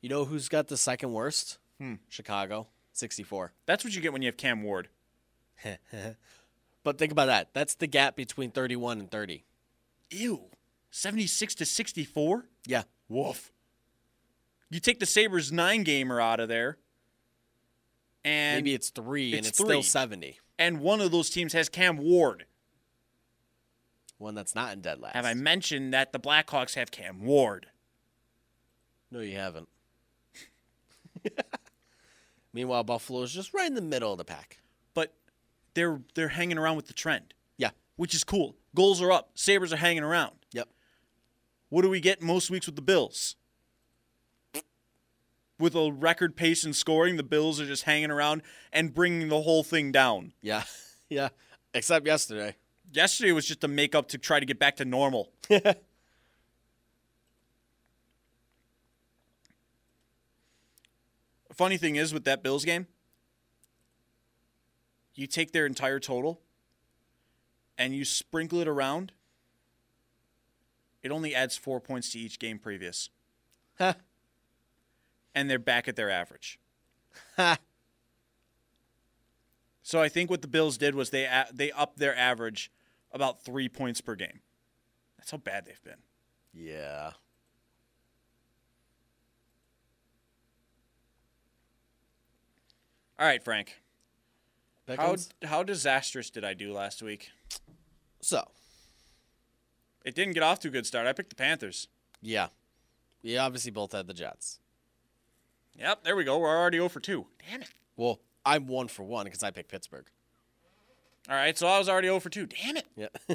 Speaker 2: You know who's got the second worst?
Speaker 1: Hmm.
Speaker 2: Chicago, 64.
Speaker 1: That's what you get when you have Cam Ward.
Speaker 2: But think about that. That's the gap between 31 and 30.
Speaker 1: Ew. 76 to 64?
Speaker 2: Yeah.
Speaker 1: Woof. You take the Sabres nine gamer out of there, and
Speaker 2: Maybe it's three and
Speaker 1: it's
Speaker 2: it's
Speaker 1: three.
Speaker 2: still 70.
Speaker 1: and one of those teams has Cam Ward.
Speaker 2: One that's not in dead last.
Speaker 1: Have I mentioned that the Blackhawks have Cam Ward?
Speaker 2: No, you haven't. Meanwhile, Buffalo's just right in the middle of the pack.
Speaker 1: But they're they're hanging around with the trend,
Speaker 2: Yeah.
Speaker 1: which is cool. Goals are up. Sabres are hanging around.
Speaker 2: Yep.
Speaker 1: What do we get most weeks with the Bills? With a record pace in scoring, the Bills are just hanging around and bringing the whole thing down.
Speaker 2: Yeah. yeah. Except yesterday.
Speaker 1: Yesterday was just a makeup to try to get back to normal. Funny thing is with that Bills game, you take their entire total and you sprinkle it around. It only adds four points to each game previous,
Speaker 2: Huh.
Speaker 1: and they're back at their average.
Speaker 2: Ha.
Speaker 1: So I think what the Bills did was they a- they upped their average about three points per game. That's how bad they've been.
Speaker 2: Yeah.
Speaker 1: All right, Frank. How
Speaker 2: Pickens?
Speaker 1: how disastrous did I do last week?
Speaker 2: So,
Speaker 1: It didn't get off to a good start. I picked the Panthers.
Speaker 2: yeah. We obviously both had the Jets.
Speaker 1: Yep, there we go. We're already 0 for 2. Damn it.
Speaker 2: Well, I'm one for one because I picked Pittsburgh.
Speaker 1: oh All right, so I was already 0 for 2. Damn it.
Speaker 2: Yeah.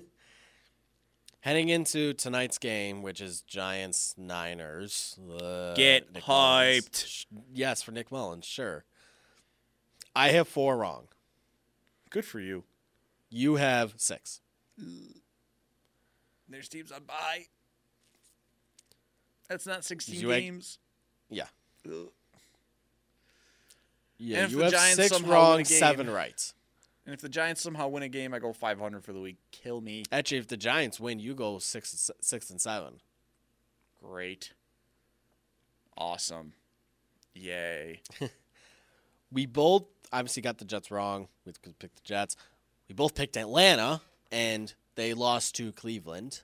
Speaker 2: Heading into tonight's game, which is Giants Niners. uh,
Speaker 1: Get
Speaker 2: Nick Mullins.
Speaker 1: hyped.
Speaker 2: Sh- Yes, for Nick Mullins, sure. I have four wrong.
Speaker 1: Good for you.
Speaker 2: You have six.
Speaker 1: There's teams on bye. That's not 16
Speaker 2: You ain't-
Speaker 1: games.
Speaker 2: Yeah.
Speaker 1: Ugh.
Speaker 2: Yeah,
Speaker 1: And if
Speaker 2: you
Speaker 1: the
Speaker 2: have
Speaker 1: Giants
Speaker 2: six
Speaker 1: somehow win the
Speaker 2: wrong,
Speaker 1: game-
Speaker 2: seven right.
Speaker 1: And if the Giants somehow win a game, I go 500 for the week. Kill me.
Speaker 2: Actually, if the Giants win, you go six, and se- six and seven.
Speaker 1: Great. Awesome. Yay.
Speaker 2: We both obviously got the Jets wrong. We could pick the Jets. We both picked Atlanta, and they lost to Cleveland.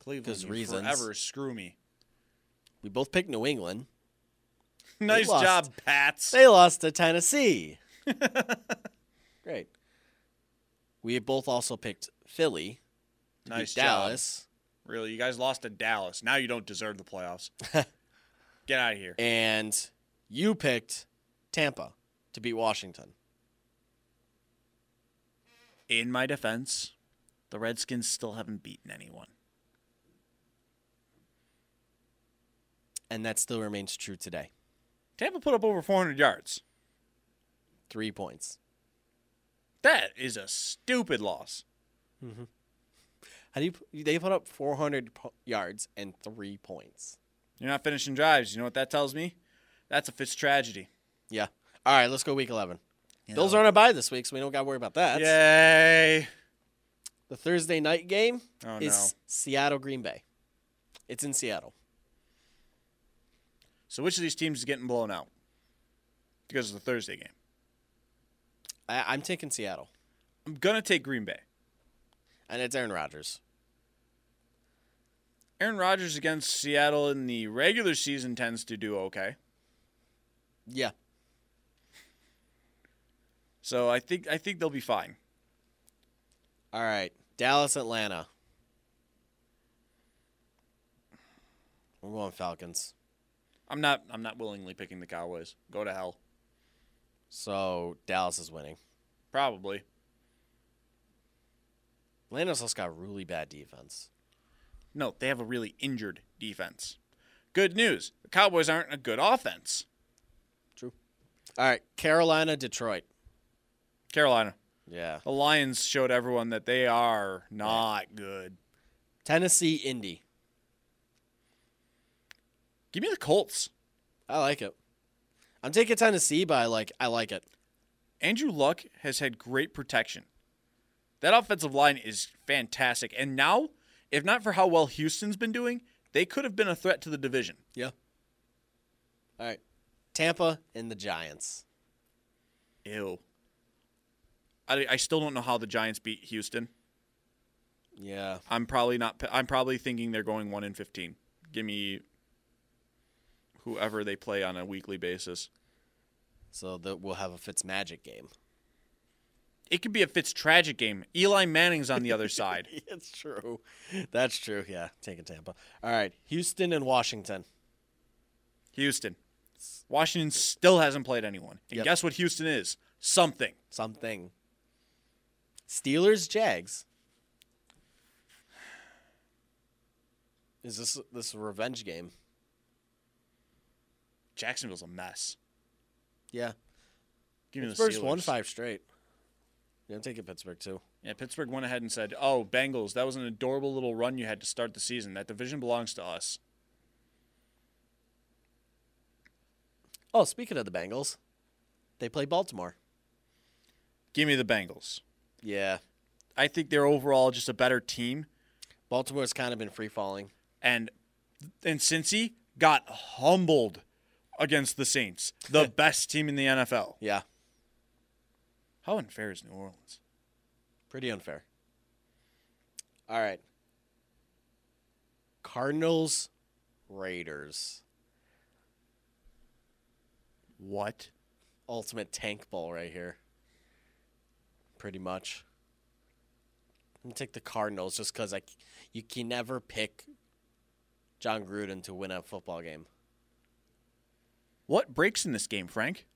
Speaker 1: Cleveland
Speaker 2: 'Cause
Speaker 1: you
Speaker 2: reasons.
Speaker 1: forever screw me.
Speaker 2: We both picked New England.
Speaker 1: nice
Speaker 2: lost.
Speaker 1: job, Pats.
Speaker 2: They lost to Tennessee. Great. We both also picked Philly. to beat
Speaker 1: nice job.
Speaker 2: Dallas.
Speaker 1: Really, you guys lost to Dallas. Now you don't deserve the playoffs. Get out of here.
Speaker 2: And you picked Tampa to beat Washington.
Speaker 1: In my defense, the Redskins still haven't beaten anyone.
Speaker 2: And that still remains true today.
Speaker 1: Tampa put up over 400 yards.
Speaker 2: Three points.
Speaker 1: That is a stupid loss.
Speaker 2: How do you? They put up 400 po- yards and three points.
Speaker 1: You're not finishing drives. You know what that tells me? That's a Fitz tragedy.
Speaker 2: Yeah. All right, let's go week 11.
Speaker 1: You
Speaker 2: Bills
Speaker 1: know?
Speaker 2: are on a bye this week, so we don't got to worry about that.
Speaker 1: Yay.
Speaker 2: The Thursday night game
Speaker 1: Oh,
Speaker 2: is
Speaker 1: no.
Speaker 2: Seattle Green Bay. It's in Seattle.
Speaker 1: So which of these teams is getting blown out? Because of the Thursday game.
Speaker 2: I, I'm taking Seattle,
Speaker 1: I'm going to take Green Bay.
Speaker 2: and it's Aaron Rodgers.
Speaker 1: Aaron Rodgers against Seattle in the regular season tends to do okay.
Speaker 2: Yeah.
Speaker 1: So I think I think they'll be fine.
Speaker 2: All right. Dallas, Atlanta. We're going Falcons.
Speaker 1: I'm not I'm not willingly picking the Cowboys. Go to hell.
Speaker 2: So Dallas is winning.
Speaker 1: Probably.
Speaker 2: Atlanta's also got really bad defense.
Speaker 1: No, they have a really injured defense. Good news. The Cowboys aren't a good offense.
Speaker 2: True. All right. Carolina, Detroit.
Speaker 1: Carolina.
Speaker 2: Yeah.
Speaker 1: The Lions showed everyone that they are not good.
Speaker 2: Tennessee, Indy.
Speaker 1: Give me the Colts.
Speaker 2: I like it. I'm taking Tennessee, but I like I like it.
Speaker 1: Andrew Luck has had great protection. That offensive line is fantastic. And now, if not for how well Houston's been doing, they could have been a threat to the division.
Speaker 2: Yeah. All right. Tampa and the Giants.
Speaker 1: Ew. I, I still don't know how the Giants beat Houston.
Speaker 2: Yeah.
Speaker 1: I'm probably not. I'm probably thinking they're going one in fifteen. Give me whoever they play on a weekly basis.
Speaker 2: So that we'll have a Fitz Magic game.
Speaker 1: It could be a Fitz tragic game. Eli Manning's on the other side.
Speaker 2: It's true. That's true. Yeah. Taking Tampa. All right. Houston and Washington.
Speaker 1: Houston, Washington still hasn't played anyone. And
Speaker 2: Yep.
Speaker 1: guess what? Houston is something.
Speaker 2: Something. Steelers, Jags. Is this this a revenge game?
Speaker 1: Jacksonville's a mess.
Speaker 2: Yeah.
Speaker 1: Give me
Speaker 2: Pittsburgh's
Speaker 1: the Steelers.
Speaker 2: won five straight. Yeah, I'm taking Pittsburgh too.
Speaker 1: Yeah, Pittsburgh went ahead and said, "Oh, Bengals, that was an adorable little run you had to start the season. That division belongs to us."
Speaker 2: Oh, speaking of the Bengals, they play Baltimore.
Speaker 1: Give me the Bengals.
Speaker 2: Yeah.
Speaker 1: I think they're overall just a better team.
Speaker 2: Baltimore's kind of been free falling.
Speaker 1: and and Cincy got humbled against the Saints, the best team in the NFL.
Speaker 2: Yeah.
Speaker 1: How unfair is New Orleans?
Speaker 2: Pretty unfair. All right. Cardinals, Raiders.
Speaker 1: What?
Speaker 2: Ultimate tank ball right here. Pretty much. I'm gonna take the Cardinals just because I, c- you can never pick John Gruden to win a football game.
Speaker 1: What breaks in this game, Frank?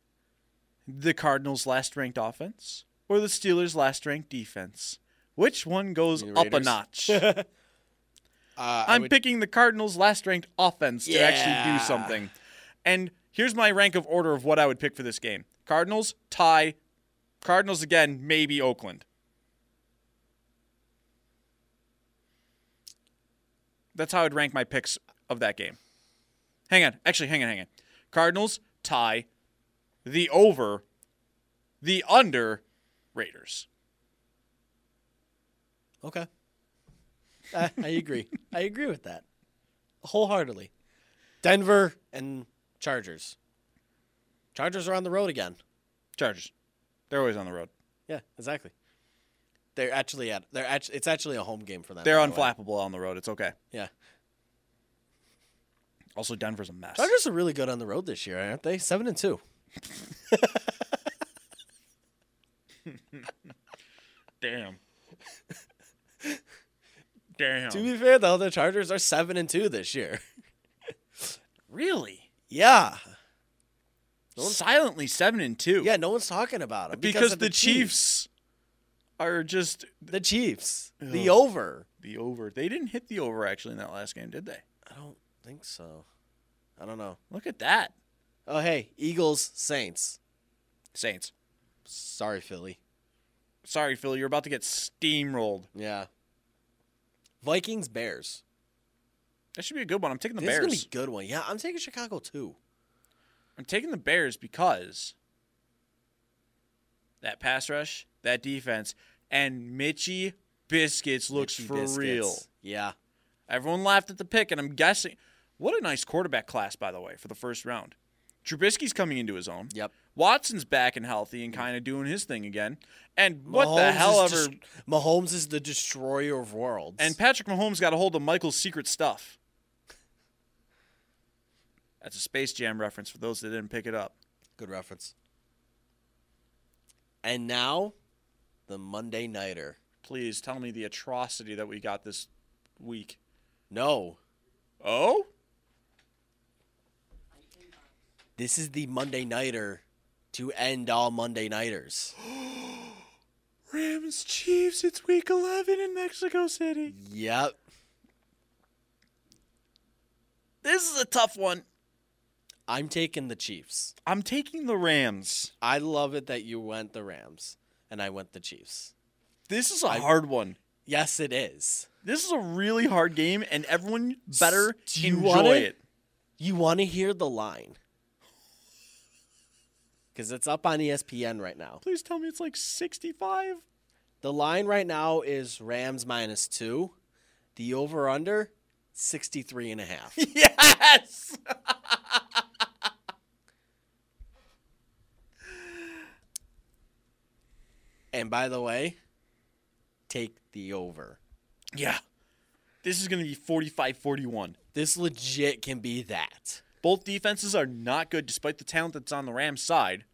Speaker 1: The Cardinals' last ranked offense or the Steelers' last ranked defense? Which one goes
Speaker 2: You mean
Speaker 1: up a
Speaker 2: Raiders?
Speaker 1: notch?
Speaker 2: Uh, I
Speaker 1: I'm
Speaker 2: would-
Speaker 1: picking the Cardinals' last ranked offense to actually
Speaker 2: Yeah.
Speaker 1: do something. And here's my rank of order of what I would pick for this game Cardinals, tie, Cardinals again, maybe Oakland. That's how I'd rank my picks of that game. Hang on. Actually, hang on, hang on. Cardinals, tie, the over, the under, Raiders.
Speaker 2: okay. I, I agree. I agree with that wholeheartedly. Denver and Chargers. Chargers are on the road again.
Speaker 1: Chargers. They're always on the road.
Speaker 2: Yeah, exactly. They're actually at. They're actually. It's actually a home game for them.
Speaker 1: They're
Speaker 2: by the way.
Speaker 1: unflappable on the road. It's okay.
Speaker 2: Yeah,
Speaker 1: Also, Denver's a mess.
Speaker 2: Chargers are really good on the road this year, aren't they? Seven and two.
Speaker 1: Damn. Damn.
Speaker 2: To be fair, though, the Chargers are seven and two this year.
Speaker 1: really?
Speaker 2: Yeah.
Speaker 1: Silently seven and two.
Speaker 2: Yeah, no one's talking about them
Speaker 1: because,
Speaker 2: of
Speaker 1: the, Chiefs are just
Speaker 2: The Chiefs. The over.
Speaker 1: the over. They didn't hit the over actually in that last game, did they?
Speaker 2: I don't think so. I don't know.
Speaker 1: Look at that.
Speaker 2: Oh hey, Eagles Saints.
Speaker 1: Saints.
Speaker 2: Sorry, Philly.
Speaker 1: Sorry, Phil, you're about to get steamrolled.
Speaker 2: Yeah. Vikings Bears.
Speaker 1: That should be a good one. I'm taking the
Speaker 2: this
Speaker 1: Bears.
Speaker 2: is gonna be a good one. Yeah, I'm taking Chicago too.
Speaker 1: I'm taking the Bears because that pass rush, that defense, and Mitchie Biscuits looks
Speaker 2: Mitchie
Speaker 1: for
Speaker 2: Biscuits.
Speaker 1: real.
Speaker 2: Yeah.
Speaker 1: Everyone laughed at the pick, and I'm guessing. What a nice quarterback class, by the way, for the first round. Trubisky's coming into his own.
Speaker 2: Yep.
Speaker 1: Watson's back and healthy and kind of doing his thing again. And what
Speaker 2: Mahomes
Speaker 1: the hell
Speaker 2: is
Speaker 1: ever.
Speaker 2: dest- Mahomes is the destroyer of worlds.
Speaker 1: And Patrick Mahomes got a hold of Michael's secret stuff. That's a Space Jam reference for those that didn't pick it up.
Speaker 2: good reference. And now, the Monday nighter.
Speaker 1: Please tell me the atrocity that we got this week.
Speaker 2: No,
Speaker 1: Oh?
Speaker 2: this is the Monday nighter to end all Monday nighters.
Speaker 1: Rams, Chiefs, it's week 11 in Mexico City.
Speaker 2: yep.
Speaker 1: This is a tough one.
Speaker 2: I'm taking the Chiefs.
Speaker 1: I'm taking the Rams.
Speaker 2: I love it that you went the Rams and I went the Chiefs.
Speaker 1: This is a hard one.
Speaker 2: Yes, it is.
Speaker 1: This is a really hard game, and everyone better
Speaker 2: do you
Speaker 1: enjoy
Speaker 2: want
Speaker 1: it?
Speaker 2: it? You want to hear the line? Because it's up on E ESPN right now.
Speaker 1: Please tell me it's like 65.
Speaker 2: The line right now is Rams minus two. The over under, 63 and a half.
Speaker 1: Yes.
Speaker 2: and by the way, take the over.
Speaker 1: Yeah. This is going to be 45 41.
Speaker 2: This legit can be that.
Speaker 1: Both defenses are not good, despite the talent that's on the Rams' side.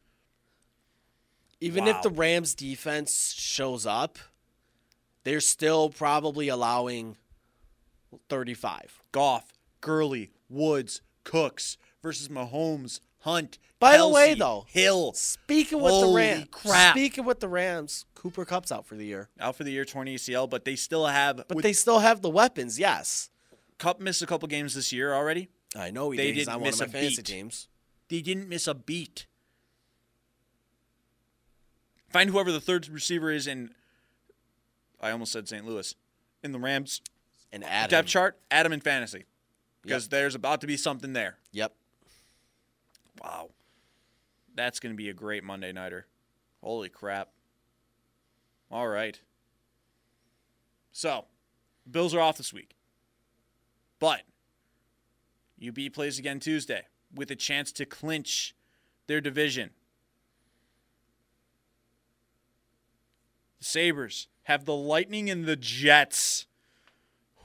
Speaker 2: Even
Speaker 1: Wow.
Speaker 2: if the Rams defense shows up, they're still probably allowing 35.
Speaker 1: Goff, Gurley, Woods, Cooks versus Mahomes, Hunt.
Speaker 2: By the way,
Speaker 1: Kelce,
Speaker 2: though,
Speaker 1: Hill
Speaker 2: Speaking with the
Speaker 1: Holy
Speaker 2: Rams,
Speaker 1: crap.
Speaker 2: speaking with the Rams, Cooper Cup's out for the year,
Speaker 1: out for the year, torn ACL, but they still have.
Speaker 2: but
Speaker 1: with
Speaker 2: they still have the weapons. Yes,
Speaker 1: Cup missed a couple games this year already.
Speaker 2: I know he
Speaker 1: They
Speaker 2: did. He's
Speaker 1: didn't
Speaker 2: on one
Speaker 1: miss a
Speaker 2: of my fantasy
Speaker 1: beat.
Speaker 2: teams.
Speaker 1: They didn't miss a beat. Find whoever the third receiver is in. I almost said St. Louis, in the Rams
Speaker 2: And Adam.
Speaker 1: depth chart. Adam in fantasy, because there's about to be something there.
Speaker 2: Yep.
Speaker 1: Wow, that's going to be a great Monday nighter. Holy crap! All right. So, Bills are off this week, but UB plays again Tuesday with a chance to clinch their division. The Sabres have the Lightning and the Jets.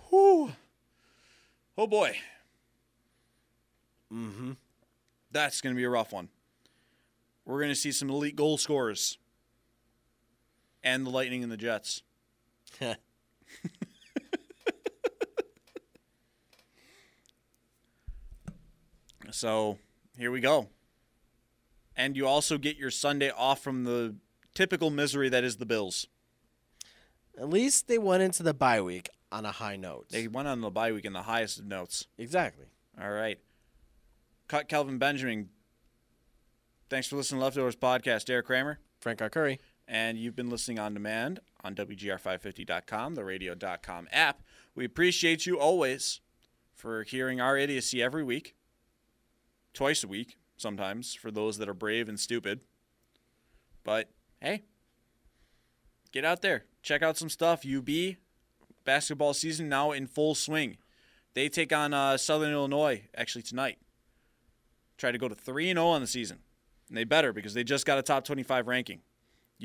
Speaker 1: Whew. Oh boy. Mm-hmm. That's gonna be a rough one. We're gonna see some elite goal scorers. And the Lightning and the Jets. So here we go. And you also get your Sunday off from the typical misery that is the Bills.
Speaker 2: At least they went into the bye week on a high note.
Speaker 1: They went on the bye week in the highest of notes.
Speaker 2: exactly.
Speaker 1: All right. Cut Kelvin Benjamin. Thanks for listening to Leftovers Podcast, Derek Kramer.
Speaker 2: Frank R. Curry.
Speaker 1: And you've been listening on demand on WGR550.com, the radio.com app. We appreciate you always for hearing our idiocy every week, twice a week, sometimes, for those that are brave and stupid. But hey, get out there, check out some stuff. UB basketball season now in full swing. They take on uh, Southern Illinois actually tonight. Try to go to 3 0 on the season. And they better because they just got a top 25 ranking.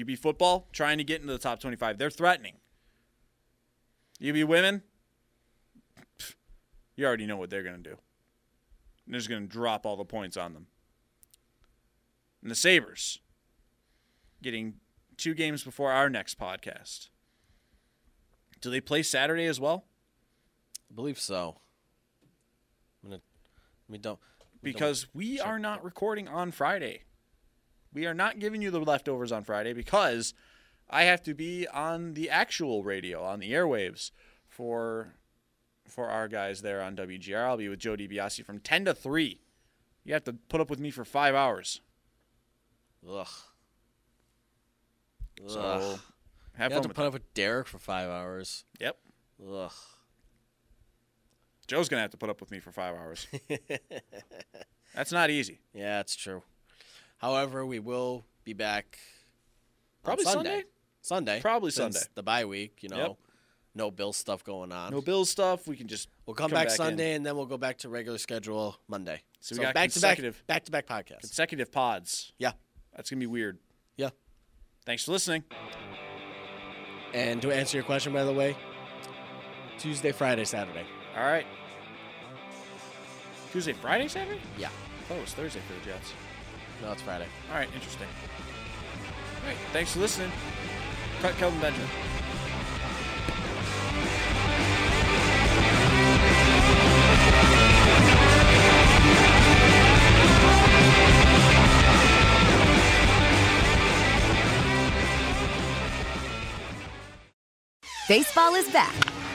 Speaker 1: UB football trying to get into the top 25. They're threatening. UB women, pff, you already know what they're going to do. They're just going to drop all the points on them. And the Sabres, getting two games before our next podcast. Do they play Saturday as well?
Speaker 2: I believe so. I'm gonna. Let me don't. let me double-
Speaker 1: Because we are not recording on Friday. We are not giving you the leftovers on Friday because I have to be on the actual radio on the airwaves for for our guys there on WGR. I'll be with Joe DiBiase from 10 to 3. You have to put up with me for 5 hours.
Speaker 2: Ugh.
Speaker 1: So
Speaker 2: Ugh.
Speaker 1: have
Speaker 2: You
Speaker 1: fun
Speaker 2: have to
Speaker 1: with
Speaker 2: put up with Derek for five hours.
Speaker 1: that. Yep.
Speaker 2: Ugh.
Speaker 1: Joe's going to have to put up with me for 5 hours. That's not easy.
Speaker 2: Yeah, it's true. However, we will be back. on
Speaker 1: Probably
Speaker 2: Sunday.
Speaker 1: Sunday?
Speaker 2: Sunday.
Speaker 1: Probably
Speaker 2: since
Speaker 1: Sunday.
Speaker 2: The bye week, you know. No Bill stuff going on.
Speaker 1: No Bills stuff. We can just
Speaker 2: We'll come,
Speaker 1: come
Speaker 2: back,
Speaker 1: back in.
Speaker 2: Sunday and then we'll go back to regular schedule Monday.
Speaker 1: So we got
Speaker 2: back
Speaker 1: consecutive-
Speaker 2: to back back to back podcasts.
Speaker 1: consecutive pods.
Speaker 2: yeah.
Speaker 1: That's going to be weird.
Speaker 2: Yeah.
Speaker 1: Thanks for listening.
Speaker 2: And to answer your question by the way, Tuesday, Friday, Saturday.
Speaker 1: All right. Tuesday, Friday, Saturday?
Speaker 2: Yeah.
Speaker 1: Oh, it's Thursday for the Jets.
Speaker 2: No, it's Friday.
Speaker 1: All right, interesting. All right, thanks for listening. Cut Kelvin Benjamin.
Speaker 3: Baseball is back,